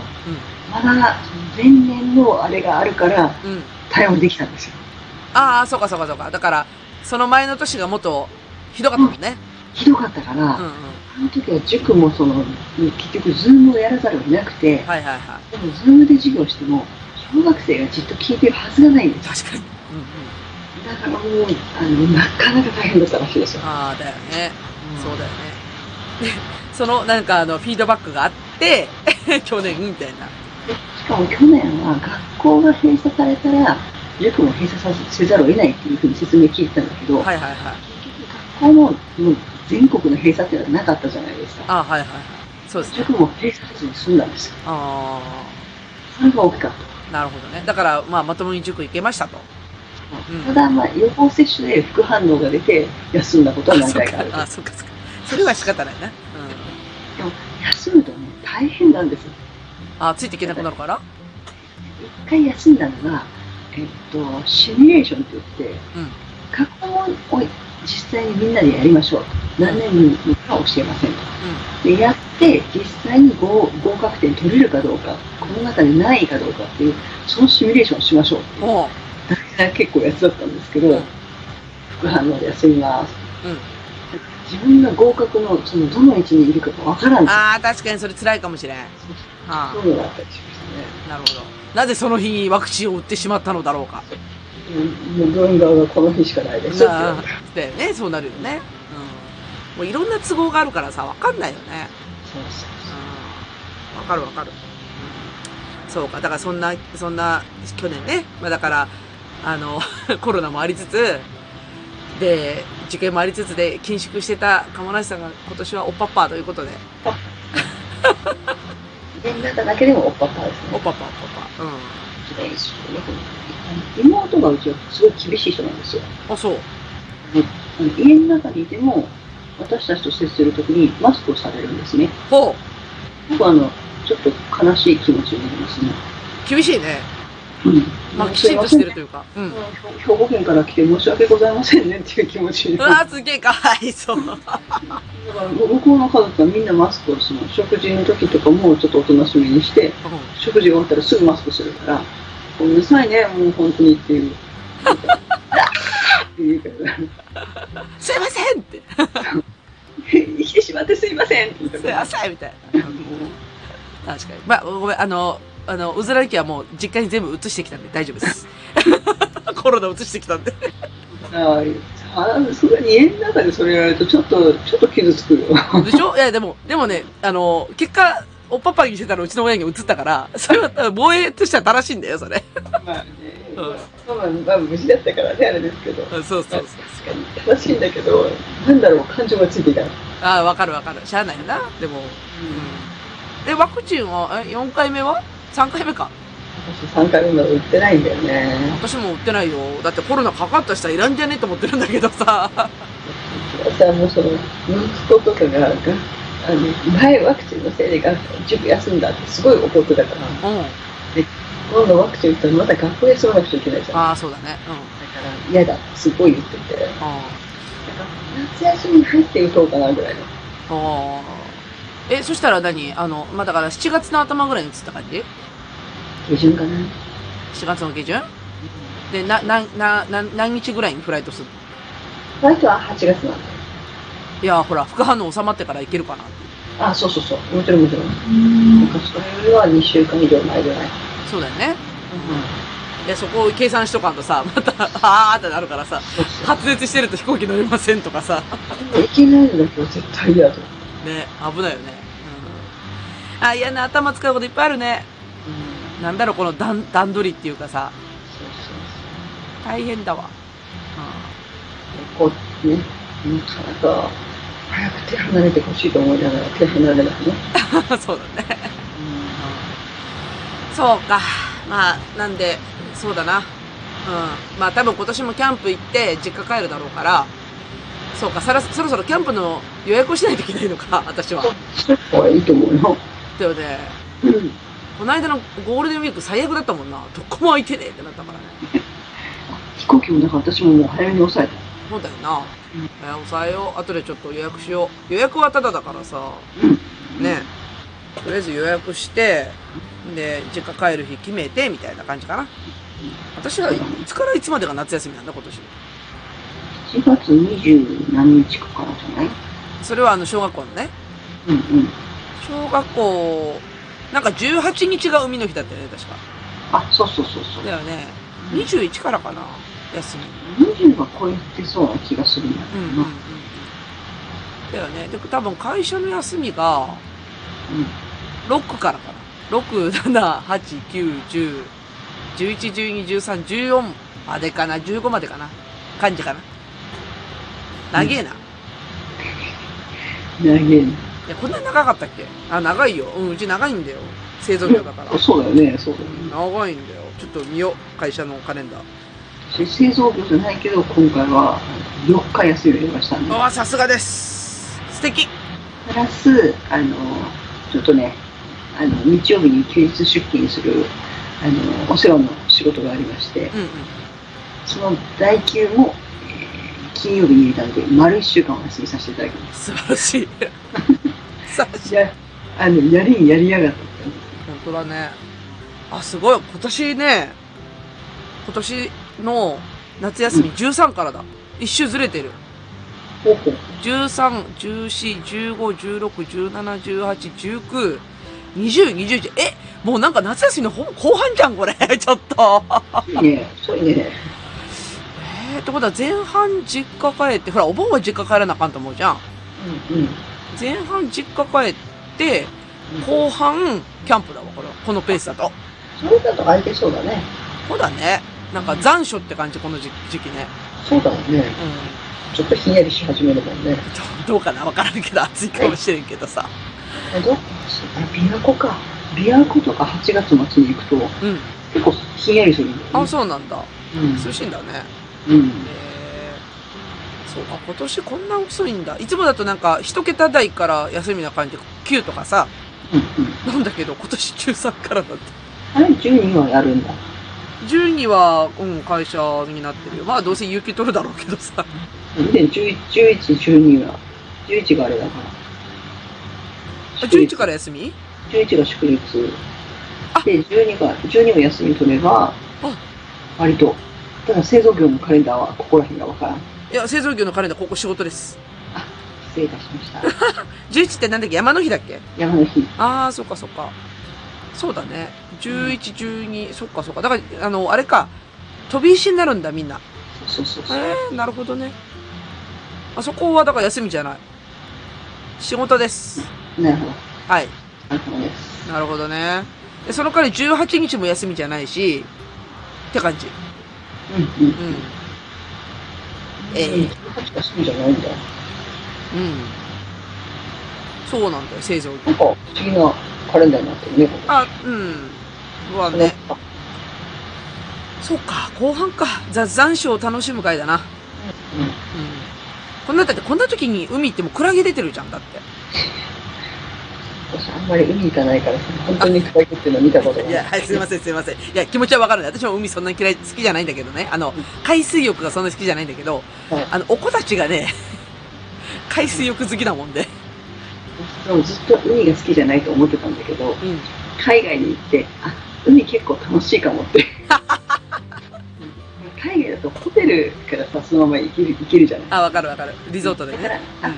[SPEAKER 3] まだ前年のあれがあるから、
[SPEAKER 2] うん。うん。
[SPEAKER 3] 対応できたんですよ。
[SPEAKER 2] ああ、そうかそうかそうか。だから、その前の年がもっとひどかったもんね。
[SPEAKER 3] ひどかったから、
[SPEAKER 2] うんうん。
[SPEAKER 3] あの時は塾もその、結局ズームをやらざるを得なくて、
[SPEAKER 2] はいはいは
[SPEAKER 3] でもズームで授業しても、小学生がじっと聞いてるはずがないんで
[SPEAKER 2] い。
[SPEAKER 3] すよ。
[SPEAKER 2] 確かに。うんうん。
[SPEAKER 3] だからもう、あの、なかなか大変だったらしいですよ。
[SPEAKER 2] ああ、だよね。そうだよね。で、その、なんかあの、フィードバックがあって、 去年、みたいな。
[SPEAKER 3] しかも去年は学校が閉鎖されたら、塾も閉鎖させざるを得ないっていうふうに説明聞いてたんだけど、
[SPEAKER 2] はいはいはい。
[SPEAKER 3] 結局学校ももう全国の閉鎖っていうのはなかったじゃないですか。
[SPEAKER 2] ああ、はいはいはい。そうですね。
[SPEAKER 3] 塾も閉鎖せずに済んだんですよ。
[SPEAKER 2] あ
[SPEAKER 3] それが大きかった。
[SPEAKER 2] あ、なるほどね。だから、まあ、まともに塾行けましたと。うん
[SPEAKER 3] ただ、まあ、予防接種で副反応が出て休んだことは
[SPEAKER 2] あ、
[SPEAKER 3] 何
[SPEAKER 2] そっ
[SPEAKER 3] 回かある
[SPEAKER 2] か。あ、そっかそっか。それは仕方ないな。うん。
[SPEAKER 3] 休むとね大変なんです
[SPEAKER 2] あ、ついていけなくなるから
[SPEAKER 3] 一回休んだのが、えっと、シミュレーションって言って、
[SPEAKER 2] うん
[SPEAKER 3] 過去問を実際にみんなでやりましょうと何年分か教えませんと、でやって実際に合合格点取れるかどうかこの中でないかどうかっていうそのシミュレーションをしましょうっていう
[SPEAKER 2] も
[SPEAKER 3] 大変な結構やつだったんですけど、
[SPEAKER 2] うん
[SPEAKER 3] 副反応で休みます
[SPEAKER 2] う。うん。
[SPEAKER 3] 自分が合格のそのどの位置にいるかがわからんって
[SPEAKER 2] ああ、確かにそれ辛いかもしれん。あ
[SPEAKER 3] そういうのがあったりしましたね
[SPEAKER 2] あ、なるほど。なぜその日にワクチンを打ってしまったのだろうか。
[SPEAKER 3] もう病院側がこの日しかないですって言わ
[SPEAKER 2] なあ
[SPEAKER 3] れた
[SPEAKER 2] だよね、そうなるよね。うん。もういろんな都合があるからさ、わかんないよね。
[SPEAKER 3] そうそう
[SPEAKER 2] うんわかるわかる。そうか。だからそんな、そんな、去年ね。まあだから、あの、 コロナもありつつ、で、受験もありつつで、緊縮してた鴨梨さんが今年はおっぱっぱーということで、
[SPEAKER 3] そう家の中だけでもおっぱっぱです
[SPEAKER 2] お
[SPEAKER 3] ね
[SPEAKER 2] っぱっぱおっぱっぱ。うん。
[SPEAKER 3] 妹がうちはすごい厳しい人なんですよ
[SPEAKER 2] あ、そう。
[SPEAKER 3] あの家の中にいても私たちと接するときにマスクをされるんですね
[SPEAKER 2] ほ
[SPEAKER 3] 僕はあのちょっと悲しい気持ちになりますね
[SPEAKER 2] う。厳しいね。
[SPEAKER 3] うん
[SPEAKER 2] まあ、きちんとしてるというか。うん。
[SPEAKER 3] うん兵庫県から来て申し訳ございませんねっていう気持ちに
[SPEAKER 2] うわ、すげえかわいそう。
[SPEAKER 3] だから向こうの家族はみんなマスクをするの食事の時とかもちょっとおとなしめにして食事が終わったらすぐマスクするから「ごめんなさいねもう本当に」っ ていう「あーって言うから
[SPEAKER 2] すいませんって。
[SPEAKER 3] 「生きてしまってすいません」って言っ
[SPEAKER 2] す
[SPEAKER 3] た
[SPEAKER 2] い
[SPEAKER 3] か
[SPEAKER 2] ま
[SPEAKER 3] ら
[SPEAKER 2] せんみたいな。確かに。まあ、ごめん、あの、あの、うずらの木はもう実家に全部移してきたんで大丈夫です。 コロナ移してきたんで。
[SPEAKER 3] さすがに家の中でそれやられるとちょっとちょっと傷つくよ
[SPEAKER 2] でしょいや、でも、でもね、あの、結果、おっぱっぱにしてたのうちの親に移ったから、 それは多分防衛としては正しいんだよ、それ。
[SPEAKER 3] まあね
[SPEAKER 2] うん
[SPEAKER 3] まあまあ無事だったからねあれですけど
[SPEAKER 2] そうそうそう。
[SPEAKER 3] 確かに正しいんだけどなんだろう感情がついていかない
[SPEAKER 2] ああ、わかるわかる。しゃあないよな。でも。で、ワクチンは、え、4回目は ?3 回目か。
[SPEAKER 3] 私3回目まだ売ってないんだよね
[SPEAKER 2] 私も打ってないよ。だってコロナかかった人はいらんじゃねえと思ってるんだけどさ。
[SPEAKER 3] さもうその息子とかががあの前ワクチンのせいで学校塾休んだってすごい怒ってたから
[SPEAKER 2] うん。
[SPEAKER 3] 今度ワクチン打ったらまた学校休まなくちゃいけないじゃんだか
[SPEAKER 2] ああ、そうだね。うん。
[SPEAKER 3] ら嫌だってすごい言ってて
[SPEAKER 2] あ
[SPEAKER 3] 夏休みに入って打とうかなぐらいの
[SPEAKER 2] あ。ああ。え、そしたら何あの、まあ、だから7月の頭ぐらいに打つった感じ
[SPEAKER 3] 基準かな
[SPEAKER 2] ?4 月の下旬で、な、な、な、な、何日ぐらいにフライトする
[SPEAKER 3] フライトは8月なんで
[SPEAKER 2] いや、ほら、副反応収まってから行けるかなって
[SPEAKER 3] あそうそうそうもちろんもちろん昔からよりは2週間以上前ぐらい
[SPEAKER 2] そうだよね。うん。で、そこを計算しとかんとさ、 また、あーってなるからさ、
[SPEAKER 3] そうそう
[SPEAKER 2] 発熱してると飛行機乗れませんとかさ。
[SPEAKER 3] でもいけないのだけは絶対嫌だと思う
[SPEAKER 2] ね、危ないよね。うん。あ、嫌な頭使うこといっぱいあるね。うん。なんだろう、この段、段取りっていうかさ、
[SPEAKER 3] そうそうそう
[SPEAKER 2] 大変だわ。
[SPEAKER 3] こうね、なかなか早く手離れてほしいと思いながら手離れないね。
[SPEAKER 2] うん。 そうだね。そうか。まあ、なんで、そうだな。うん。まあ、多分今年もキャンプ行って、実家帰るだろうから、そうか、さらそろそろキャンプの予約をしないといけないのか、私は。
[SPEAKER 3] した方がいいと思うよ。
[SPEAKER 2] だよね。
[SPEAKER 3] うん。
[SPEAKER 2] この間のゴールデンウィーク最悪だったもんな。どこも空いてねえってなったからね。
[SPEAKER 3] 飛行機もだから私ももう早めに抑えた。
[SPEAKER 2] そうだよな。
[SPEAKER 3] うん
[SPEAKER 2] えー抑えよう。後でちょっと予約しよう。予約はタダだからさ。ね。とりあえず予約して、で、実家帰る日決めて、みたいな感じかな。私はいつからいつまでが夏休みなんだ、今年。
[SPEAKER 3] 4月27日からじゃない
[SPEAKER 2] それはあの、小学校のね。
[SPEAKER 3] うんうん。
[SPEAKER 2] 小学校、なんか18日が海の日だったよね、確か。
[SPEAKER 3] あ、そうそうそうそう
[SPEAKER 2] だ。よね。21からかな、休み。
[SPEAKER 3] 20は超えてそうな気がするんだけ
[SPEAKER 2] う
[SPEAKER 3] ど
[SPEAKER 2] んうんうん
[SPEAKER 3] な。
[SPEAKER 2] だよね。で、多分会社の休みが、
[SPEAKER 3] うん。
[SPEAKER 2] 6からかな。6、7、8、9、10、11、12、13、14までかな。15までかな。感じかな。長えな。い
[SPEAKER 3] 長いね
[SPEAKER 2] や、こんなに長かったっけあ、長いよ。うん、うち長いんだよ。製造業だから
[SPEAKER 3] あ。そうだよね、そうだよね。
[SPEAKER 2] 長いんだよ。ちょっと見よう。会社のカレンダー。
[SPEAKER 3] 私製造業じゃないけど、今回は4日休みを入れましたね。
[SPEAKER 2] ああ、さすがです。素敵。
[SPEAKER 3] プラス、あの、ちょっとね、あの、日曜日に休日出勤する、あの、お世話の仕事がありまして、
[SPEAKER 2] うんうん。
[SPEAKER 3] その代休も、えー金曜日に入れたので、丸1週間お休みさせていただきま
[SPEAKER 2] 素晴らしい。素晴らしい
[SPEAKER 3] す。。いや、あの、やりにやりやがったって
[SPEAKER 2] 本当だね。あ、すごい。今年ね、今年の夏休み13からだ。一周ずれてる。
[SPEAKER 3] ほうほう。
[SPEAKER 2] 13、14、15、16、17、18、19、20、21。え、もうなんか夏休みのほぼ後半じゃん、これ。 ちょっと。
[SPEAKER 3] そうね、そうね。
[SPEAKER 2] えー、ってことは前半実家帰って、ほら、お盆は実家帰らなあかんと思うじゃん。
[SPEAKER 3] うんうん。
[SPEAKER 2] 前半実家帰って、後半キャンプだわ、これは。このペースだと。
[SPEAKER 3] それだと空いてそうだね。
[SPEAKER 2] そうだね。なんか残暑って感じ、この時時期ね。
[SPEAKER 3] そうだもんね。
[SPEAKER 2] うん。
[SPEAKER 3] ちょっとひんやりし始めるもんね。
[SPEAKER 2] どうかなわからんけど、暑いかもしれんけどさ。
[SPEAKER 3] あどこあ、琵琶湖か。琵琶湖とか8月末に行くと、
[SPEAKER 2] うん。
[SPEAKER 3] 結構ひんやりするんだよ、ね。
[SPEAKER 2] あ、そうなんだ。
[SPEAKER 3] うん
[SPEAKER 2] 涼しいんだね。
[SPEAKER 3] うん
[SPEAKER 2] へえ。そうか、今年こんな遅いんだ。いつもだとなんか、一桁台から休みな感じで、9とかさ、
[SPEAKER 3] うんうん
[SPEAKER 2] なんだけど、今年13からだって。
[SPEAKER 3] あれ、12はやるんだ。
[SPEAKER 2] 10には、うん、会社になってるよ。まあ、どうせ有給取るだろうけどさ。
[SPEAKER 3] で、11、11、12は、11があれだから。
[SPEAKER 2] 11から休み
[SPEAKER 3] 11が祝日
[SPEAKER 2] あ。
[SPEAKER 3] で、12が、12も休み取れば
[SPEAKER 2] あ、
[SPEAKER 3] 割と。ただ製造業のカレンダーはここら辺がわからん。
[SPEAKER 2] いや、製造業のカレンダー、ここ仕事です。
[SPEAKER 3] 失礼いたし ました。
[SPEAKER 2] 11ってなんだっけ山の日だっけ
[SPEAKER 3] 山の日。
[SPEAKER 2] ああ、そっかそっか。そうだね。11、12、そっかそっか。だから、あの、あれか。飛び石になるんだ、みんな。
[SPEAKER 3] そうそうそうそう。
[SPEAKER 2] えー、なるほどね。あそこは、だから休みじゃない。仕事です。
[SPEAKER 3] なるほど。
[SPEAKER 2] はい。
[SPEAKER 3] なるほどです。
[SPEAKER 2] なるほどね。でその代わり18日も休みじゃないし、って感じ。
[SPEAKER 3] うんうん
[SPEAKER 2] う。ん。ええ
[SPEAKER 3] 18休みじゃないんだよ。
[SPEAKER 2] うん。そうなんだよ、製造業。
[SPEAKER 3] なんか不思議なカレンダーになってるね、ここ
[SPEAKER 2] あ、うん。はね。そうか、後半か。ザ・残暑を楽しむ会だな。
[SPEAKER 3] うん
[SPEAKER 2] うん。こんな、だってこんな時に海行ってもクラゲ出てるじゃん、だって。
[SPEAKER 3] 私あんまり海行かないからさ、本当にクラゲっていうの見たことがない
[SPEAKER 2] い。や、はい、すいません、すいません。いや、気持ちはわかるね。私も海そんなに嫌い、好きじゃないんだけどね。あの、海水浴がそんなに好きじゃないんだけど、
[SPEAKER 3] はい
[SPEAKER 2] あの、お子たちがね、 海水浴好きだもんで。
[SPEAKER 3] でもずっと海が好きじゃないと思ってたんだけど、
[SPEAKER 2] うん。
[SPEAKER 3] 海外に行って、あ、海結構楽しいかも って。海外だとホテルからさ、そのまま行ける行けるじゃない。
[SPEAKER 2] あ、わかるわかる。リゾートで
[SPEAKER 3] だか
[SPEAKER 2] ね。
[SPEAKER 3] ら、
[SPEAKER 2] う
[SPEAKER 3] あ、
[SPEAKER 2] ん。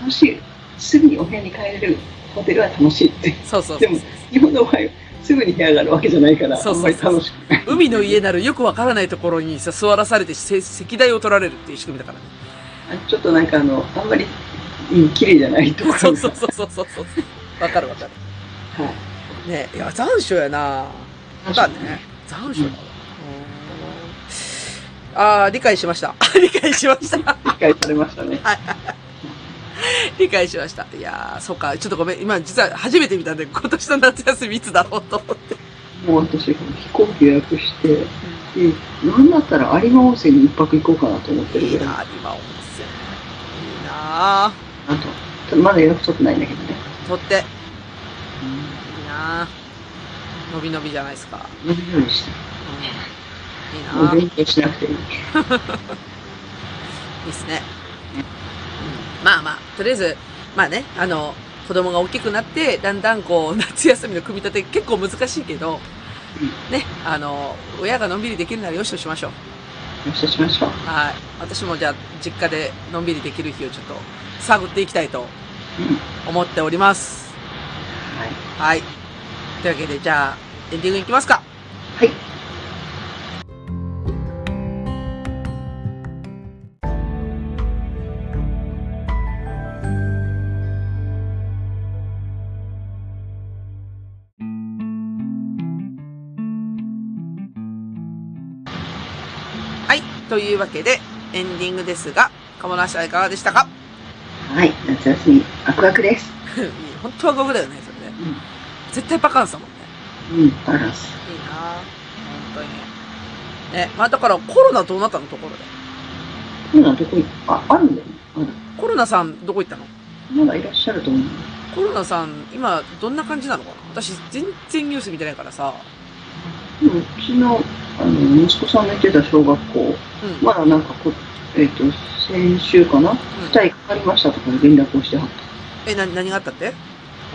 [SPEAKER 3] 楽しい。すぐにお部屋に帰れるホテルは楽しいって。
[SPEAKER 2] そうそうそ
[SPEAKER 3] で
[SPEAKER 2] う
[SPEAKER 3] も。日本の場合、すぐに部屋があるわけじゃないから、
[SPEAKER 2] そう
[SPEAKER 3] あん
[SPEAKER 2] そ
[SPEAKER 3] ま
[SPEAKER 2] う
[SPEAKER 3] り
[SPEAKER 2] そう
[SPEAKER 3] 楽しくない。
[SPEAKER 2] 海の家なるよくわからないところにさ、座らされてせ席代を取られるっていう仕組みだからね。
[SPEAKER 3] あちょっとなんかあの、あんまり、うん、綺麗じゃないところ
[SPEAKER 2] そうそうそうそうそうそう。わかるわかる。
[SPEAKER 3] はい
[SPEAKER 2] ねいや、残暑やなだね。残暑だわ。ああー、理解しました。 理解しました。
[SPEAKER 3] 理解されましたね。
[SPEAKER 2] 理解しました。いやー、そうか。ちょっとごめん。今、実は初めて見たんで、今年の夏休みいつだろうと思って。
[SPEAKER 3] もう私、飛行機予約して、で、なんだったら有馬温泉に一泊行こうかなと思ってる
[SPEAKER 2] いい
[SPEAKER 3] ぐらい。
[SPEAKER 2] なー、今温泉。いいなー。
[SPEAKER 3] あと、ただまだ予約取ってないんだけどね。
[SPEAKER 2] 取って。いいなー。伸び伸びじゃないですか。
[SPEAKER 3] うん。ようにし
[SPEAKER 2] うん、いい
[SPEAKER 3] た。も
[SPEAKER 2] な
[SPEAKER 3] う
[SPEAKER 2] ー。い
[SPEAKER 3] 勉強しなくていい。
[SPEAKER 2] いっすね。うん、まあまあ、とりあえず、まあね、あの、子供が大きくなって、だんだんこう、 夏休みの組み立て結構難しいけど、ね、あの、親がのんびりできるならよしとしましょう。
[SPEAKER 3] よしとしましょう。
[SPEAKER 2] はい。私もじゃあ、実家でのんびりできる日をちょっと探っていきたいと
[SPEAKER 3] うん。
[SPEAKER 2] 思っております。
[SPEAKER 3] はい。
[SPEAKER 2] はい。というわけで、じゃあ、エンディングいきますか。
[SPEAKER 3] はい。
[SPEAKER 2] はい。というわけで、エンディングですが、鴨梨はいかがでしたか
[SPEAKER 3] はい。夏休み、ワクワクです。
[SPEAKER 2] 本当はゴブだよね、それね。絶対バカンスだもんね。
[SPEAKER 3] うん。うん。バランス。
[SPEAKER 2] いいなぁ本当に。ね、まあだからコロナどうなったのところで。
[SPEAKER 3] コロナどこ行あ、あるんだよね。ま
[SPEAKER 2] コロナさんどこ行ったの
[SPEAKER 3] だ。まだいらっしゃると思う。
[SPEAKER 2] コロナさん今どんな感じなのかな私全然ニュース見てないからさ。
[SPEAKER 3] でもうちの、あの、息子さんの行ってた小学校、
[SPEAKER 2] うん。うん。
[SPEAKER 3] まだなんかこ、えっ、と、先週かな二人かかりましたとかいう連絡をしてはっ
[SPEAKER 2] え、な、何があったって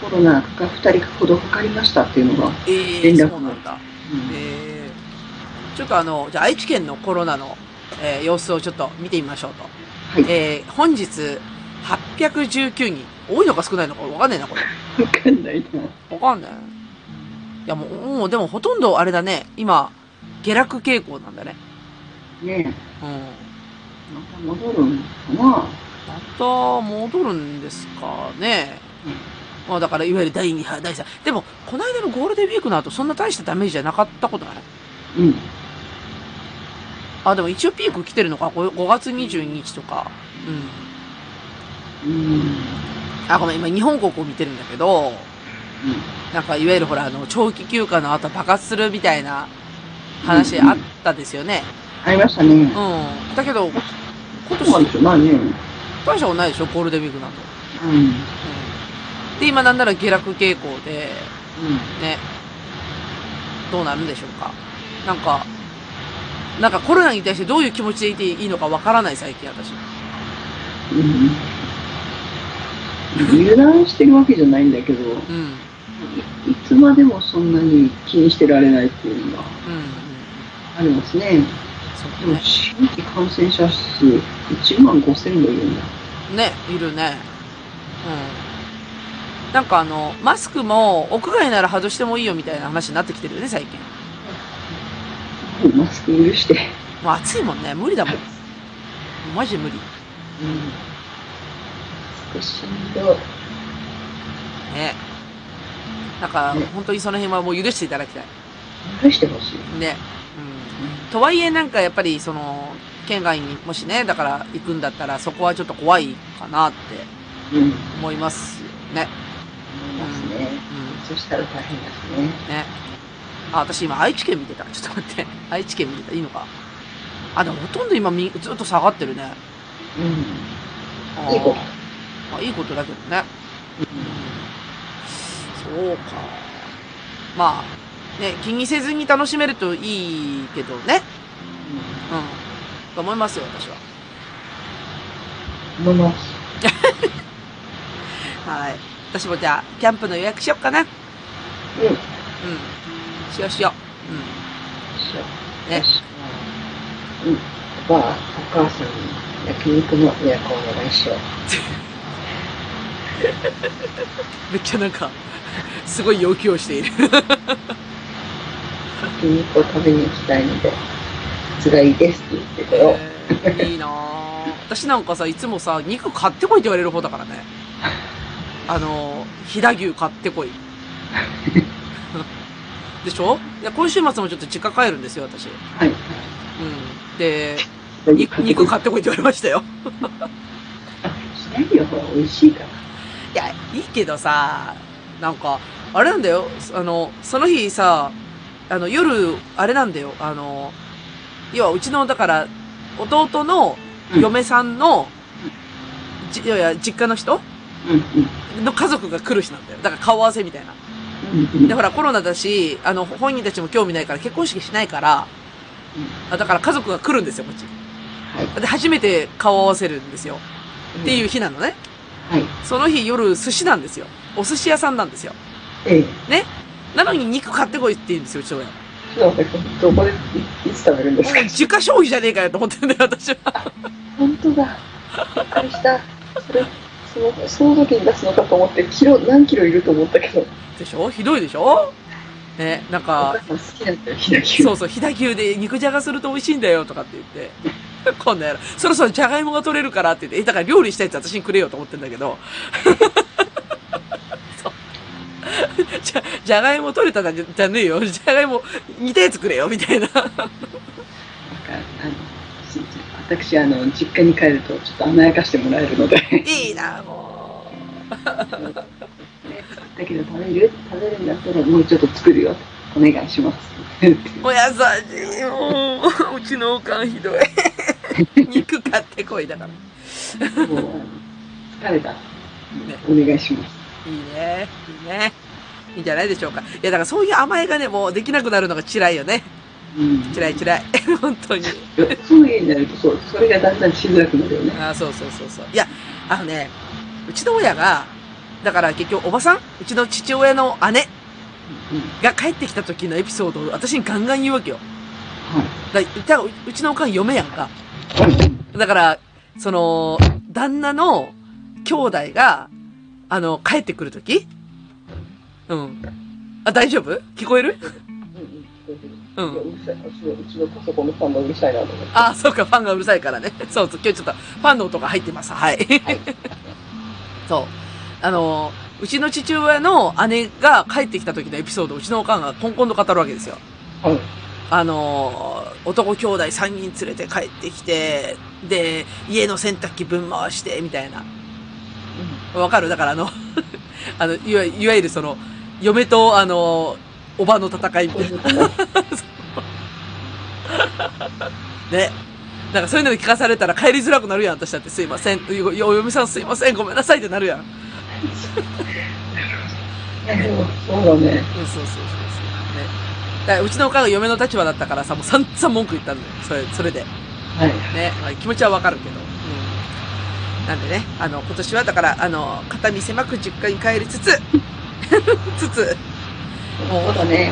[SPEAKER 3] た。コロナが二人ほどかかりましたっていうのが。
[SPEAKER 2] え
[SPEAKER 3] 連
[SPEAKER 2] ー、
[SPEAKER 3] 絡
[SPEAKER 2] そうなんだ。
[SPEAKER 3] うん
[SPEAKER 2] えー、ちょっとあの、じゃあ愛知県のコロナの、えー様子をちょっと見てみましょうと。
[SPEAKER 3] はい。
[SPEAKER 2] えー、本日819人。多いのか少ないのかわかんないな、これ。
[SPEAKER 3] わかんないな。
[SPEAKER 2] わかんない。いやもう、もうでもほとんどあれだね。今、下落傾向なんだね。
[SPEAKER 3] ね
[SPEAKER 2] うん。
[SPEAKER 3] え、また戻るのかな
[SPEAKER 2] また戻るんですかね。まあだから、いわゆる第2波、第3波。でも、この間のゴールデンウィークの後、そんな大したダメージじゃなかったことない
[SPEAKER 3] うん。
[SPEAKER 2] あ、でも一応ピーク来てるのか。これ5月22日とか。うん。
[SPEAKER 3] うん。
[SPEAKER 2] あ、ごめん、今日本国を見てるんだけど、なんかいわゆるほら、あの、長期休暇の後爆発するみたいな話あったですよね。
[SPEAKER 3] ありましたね。
[SPEAKER 2] うん。だけど、今
[SPEAKER 3] そうなん
[SPEAKER 2] 年
[SPEAKER 3] で、しょう、ないね。
[SPEAKER 2] 大したことないでしょ、ゴールデンウィークなど。
[SPEAKER 3] うん。うん。
[SPEAKER 2] うん。で、今なんなら下落傾向で、ね、どうなるんでしょうか。なんか、なんかコロナに対してどういう気持ちでいていいのかわからない最近私。
[SPEAKER 3] うん油断してるわけじゃないんだけど、い
[SPEAKER 2] うん。うん。
[SPEAKER 3] いつまでもそんなに気にしてられないっていうのが
[SPEAKER 2] うん。
[SPEAKER 3] ありますね。
[SPEAKER 2] そうだ
[SPEAKER 3] でも
[SPEAKER 2] ね。
[SPEAKER 3] 新規感染者数1万5000もいるんだ。
[SPEAKER 2] ね、いるね。うん。なんかあの、マスクも屋外なら外してもいいよみたいな話になってきてるよね、最近。
[SPEAKER 3] もうマスク許して。
[SPEAKER 2] もう暑いもんね。無理だもん。マジで無理。
[SPEAKER 3] うん。少しんどい。
[SPEAKER 2] ね。なんか
[SPEAKER 3] ね、
[SPEAKER 2] 本当にその辺はもう許していただきたい。
[SPEAKER 3] 許してほしい。
[SPEAKER 2] ね。うん。とはいえ、なんかやっぱり、その、県外にもしね、だから行くんだったら、そこはちょっと怖いかなって
[SPEAKER 3] うん。
[SPEAKER 2] 思いますよね。
[SPEAKER 3] 思いますね。
[SPEAKER 2] うん。
[SPEAKER 3] そしたら大変ですね。
[SPEAKER 2] ね。あ、私今愛知県見てた。ちょっと待って。 愛知県見てた。いいのか。あ、でもほとんど今み、ずっと下がってるね。
[SPEAKER 3] う
[SPEAKER 2] あー
[SPEAKER 3] いいこと
[SPEAKER 2] まあ、いいことだけどね。そうか。まあ、ね、気にせずに楽しめるといいけどね。うん。と思いますよ、私は。
[SPEAKER 3] ん。思います。
[SPEAKER 2] はい。私もじゃあ、キャンプの予約しよっかな。うん。
[SPEAKER 3] うん。
[SPEAKER 2] しようしよう。うん。
[SPEAKER 3] そう。
[SPEAKER 2] ね
[SPEAKER 3] 私はうん。ばあ、お母さんに焼肉の予約をお願いしよう。
[SPEAKER 2] めっちゃなんか、 すごい要求をしている。
[SPEAKER 3] 焼肉を食べに行きたいので、つがいいですって言ってたよ。
[SPEAKER 2] いいなぁ。私なんかさ、いつもさ、肉買ってこいって言われる方だからね。あの、飛騨牛買って こい。でしょで、今週末もちょっと実家帰るんですよ、私。うん。
[SPEAKER 3] はい。
[SPEAKER 2] で、に肉買ってこいって言われましたよ。
[SPEAKER 3] しないよ、ほら、美味しいから。
[SPEAKER 2] いや、いいけどさ、なんか、あれなんだよ、あの、その日さ、あの、夜、あれなんだよ、あの、要はうちの、だから、弟の
[SPEAKER 3] うん
[SPEAKER 2] 嫁さんの、じいやいや、実家の人
[SPEAKER 3] うん
[SPEAKER 2] の家族が来る日なんだよ。だから顔合わせみたいな。
[SPEAKER 3] うん。うん
[SPEAKER 2] で、ほら、コロナだし、あの、本人たちも興味ないから、結婚式しないから、あだから家族が来るんですよ、こっちに。
[SPEAKER 3] はい。。
[SPEAKER 2] で、初めて顔を合わせるんですよ。っていうう日なのね。
[SPEAKER 3] はい。
[SPEAKER 2] その日夜、寿司なんですよ。お寿司屋さんなんですよ。
[SPEAKER 3] ええ。
[SPEAKER 2] なのに肉買ってこいって言うんですよ、うちの親。も
[SPEAKER 3] ちょっと待って、どこで、いいつ食べるんですか
[SPEAKER 2] う自家消費じゃねえかよと思ってんだよ、 私は。
[SPEAKER 3] 本当だ。びっくりした。それ、その、その時に出すのかと思って、キロ、何キロいると思ったけど、
[SPEAKER 2] でしょひどいでしょね、なん
[SPEAKER 3] お
[SPEAKER 2] か
[SPEAKER 3] 母、さん好きだったよ、ひなきゅ
[SPEAKER 2] そうそう、飛騨牛で肉じゃがすると美味しいんだよとかって言って。こんなやろ。そろそろじゃがいもが取れるからって言って、え、だから料理したやつ私にくれよと思ってんだけど。 そうじゃ、じゃがいも取れただけじゃねえよ。じゃがいも煮たやつくれよ、みたいな。
[SPEAKER 3] なんか、あの、すいません私、あの、実家に帰ると、ちょっと甘やかしてもらえるので、
[SPEAKER 2] いいな、も
[SPEAKER 3] だけど食べる食べるんだったら、もうちょっと作るよ。お願いします。って
[SPEAKER 2] う。お優しい。もう、うちのおかんひどい。肉買ってこいだから。
[SPEAKER 3] もうあの疲れた。お願いします。
[SPEAKER 2] いいね。いいね。いいんじゃないでしょうか。いや、だからそういう甘えがね、もうできなくなるのが辛いよね。
[SPEAKER 3] うん。
[SPEAKER 2] 辛い辛い。 本当に。
[SPEAKER 3] そういう家になると、そう、それがだんだんしづらくなるよね。
[SPEAKER 2] あーそうそうそうそう。いや、あのね、うちの親が、だから結局おばさんうちの父親の姉
[SPEAKER 3] うん。
[SPEAKER 2] が帰ってきた時のエピソードを私にガンガン言うわけよ。
[SPEAKER 3] は
[SPEAKER 2] だだからううちのおかん嫁やんか。
[SPEAKER 3] い。
[SPEAKER 2] だから、その、旦那の兄弟が、あの、帰ってくる時うん。あ、大丈夫聞こえる
[SPEAKER 3] う
[SPEAKER 2] うんん
[SPEAKER 3] う。るさい。うちのパソコンのファンがうるさいなと思って。
[SPEAKER 2] あ、そうか、ファンがうるさいからね。 そうそう、今日ちょっとファンの音が入ってます。はい。
[SPEAKER 3] はい
[SPEAKER 2] そう。あの、うちの父親の姉が帰ってきた時のエピソードをうちのおかんがコンコンと語るわけですよ。
[SPEAKER 3] はい。
[SPEAKER 2] あの、男兄弟3人連れて帰ってきて、で、家の洗濯機ぶん回して、みたいな。わかるだからあの、 あの、いわいわゆるその、嫁とあの、おばの戦いみたいな。ね。なんかそういうのに聞かされたら帰りづらくなるやん、私だってすいません。おお嫁さんすいません、ごめんなさいってなるやん。うん、
[SPEAKER 3] いやでもそうだね。
[SPEAKER 2] そうそうそうそう。ね。だからうちのおかんが嫁の立場だったからさ、もう散々文句言ったんだよ。それ、それで。
[SPEAKER 3] はい。
[SPEAKER 2] ね、まあ気持ちはわかるけど。うん。なんでね、あの、今年はだから、あの、肩身狭く実家に帰りつ つ、つつ、
[SPEAKER 3] そうだね。ね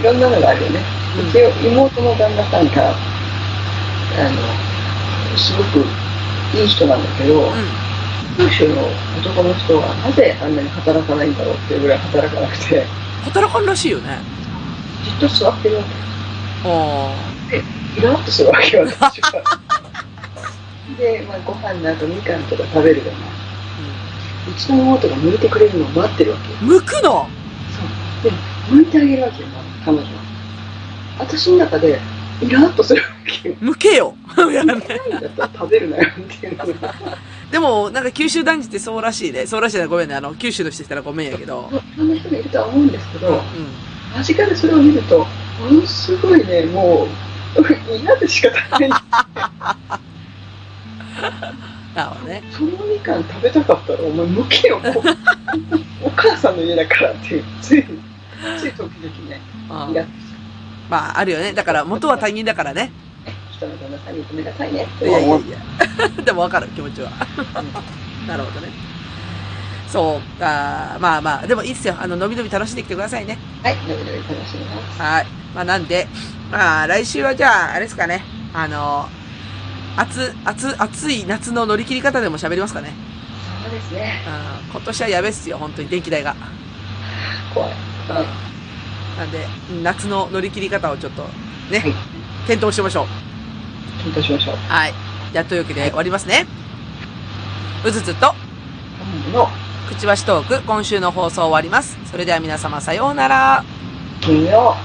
[SPEAKER 3] いろんいろんなのがあるよね。うち、妹の旦那さんが、あの、すごくいい人なんだけど、
[SPEAKER 2] う
[SPEAKER 3] 九州の男の人はなぜあんなに働かないんだろうっていうぐらい働かなくて、
[SPEAKER 2] ん。働かんらしいよね。
[SPEAKER 3] じっと座ってるわ
[SPEAKER 2] あ
[SPEAKER 3] け。イラッとするわけよ、私は。で、まあ、ご飯の後みかんとか食べるよね。
[SPEAKER 2] あ。
[SPEAKER 3] うちの妹が向いてくれるのを待ってるわけよ。
[SPEAKER 2] うん。剥くの
[SPEAKER 3] そう。で、向いてあげるわけよ、彼女は。私の中で、イラッとするわけよ。
[SPEAKER 2] 剥けよ いやね
[SPEAKER 3] 何だったら食べるなよ、っていうのが。
[SPEAKER 2] でも、なんか九州男児ってそうらしいね。そうらしいね。ごめんね。あの、九州の人したらごめんやけど。
[SPEAKER 3] いろんな人がいるとは思うんですけ
[SPEAKER 2] うん。うん
[SPEAKER 3] ど、間近でそれを見ると、ものすごいね、もう、 嫌で仕方ない。
[SPEAKER 2] なるほどね。
[SPEAKER 3] そのみかん食べたかったら、お前、向 けよ、こうお母さんの家だからっていう、つい、つい時々ね、
[SPEAKER 2] う
[SPEAKER 3] イラッ
[SPEAKER 2] ん。
[SPEAKER 3] とし
[SPEAKER 2] まあ、あるよね。だから、元は他人だからね。
[SPEAKER 3] て、人の旦那さんにごめんなさいねっ
[SPEAKER 2] い
[SPEAKER 3] て
[SPEAKER 2] やいや
[SPEAKER 3] 思う。
[SPEAKER 2] いや。 でもわかる、気持ちは。なるほどね。そう。あーまあまあ、でもいいっすよ。あの、のびのび楽しんできてくださいね。
[SPEAKER 3] はい、のびのび楽しみます。
[SPEAKER 2] はい。まあなんで、まあ来週はじゃあ、あれですかね。あの、暑、暑、暑い夏の乗り切り方でも喋りますかね。
[SPEAKER 3] そうですね、
[SPEAKER 2] うん、今年はやべっすよ、本当に電気代が。
[SPEAKER 3] 怖い。
[SPEAKER 2] うん
[SPEAKER 3] はい
[SPEAKER 2] なんで、夏の乗り切り方をちょっと、ね、
[SPEAKER 3] はい
[SPEAKER 2] 検討しましょう。
[SPEAKER 3] 検討しましょう。
[SPEAKER 2] はい。じゃあ、というわけで終わりますね。うずつと、
[SPEAKER 3] 本部の
[SPEAKER 2] くちばしトーク、今週の放送終わります。それでは皆様、さようなら。
[SPEAKER 3] 金曜。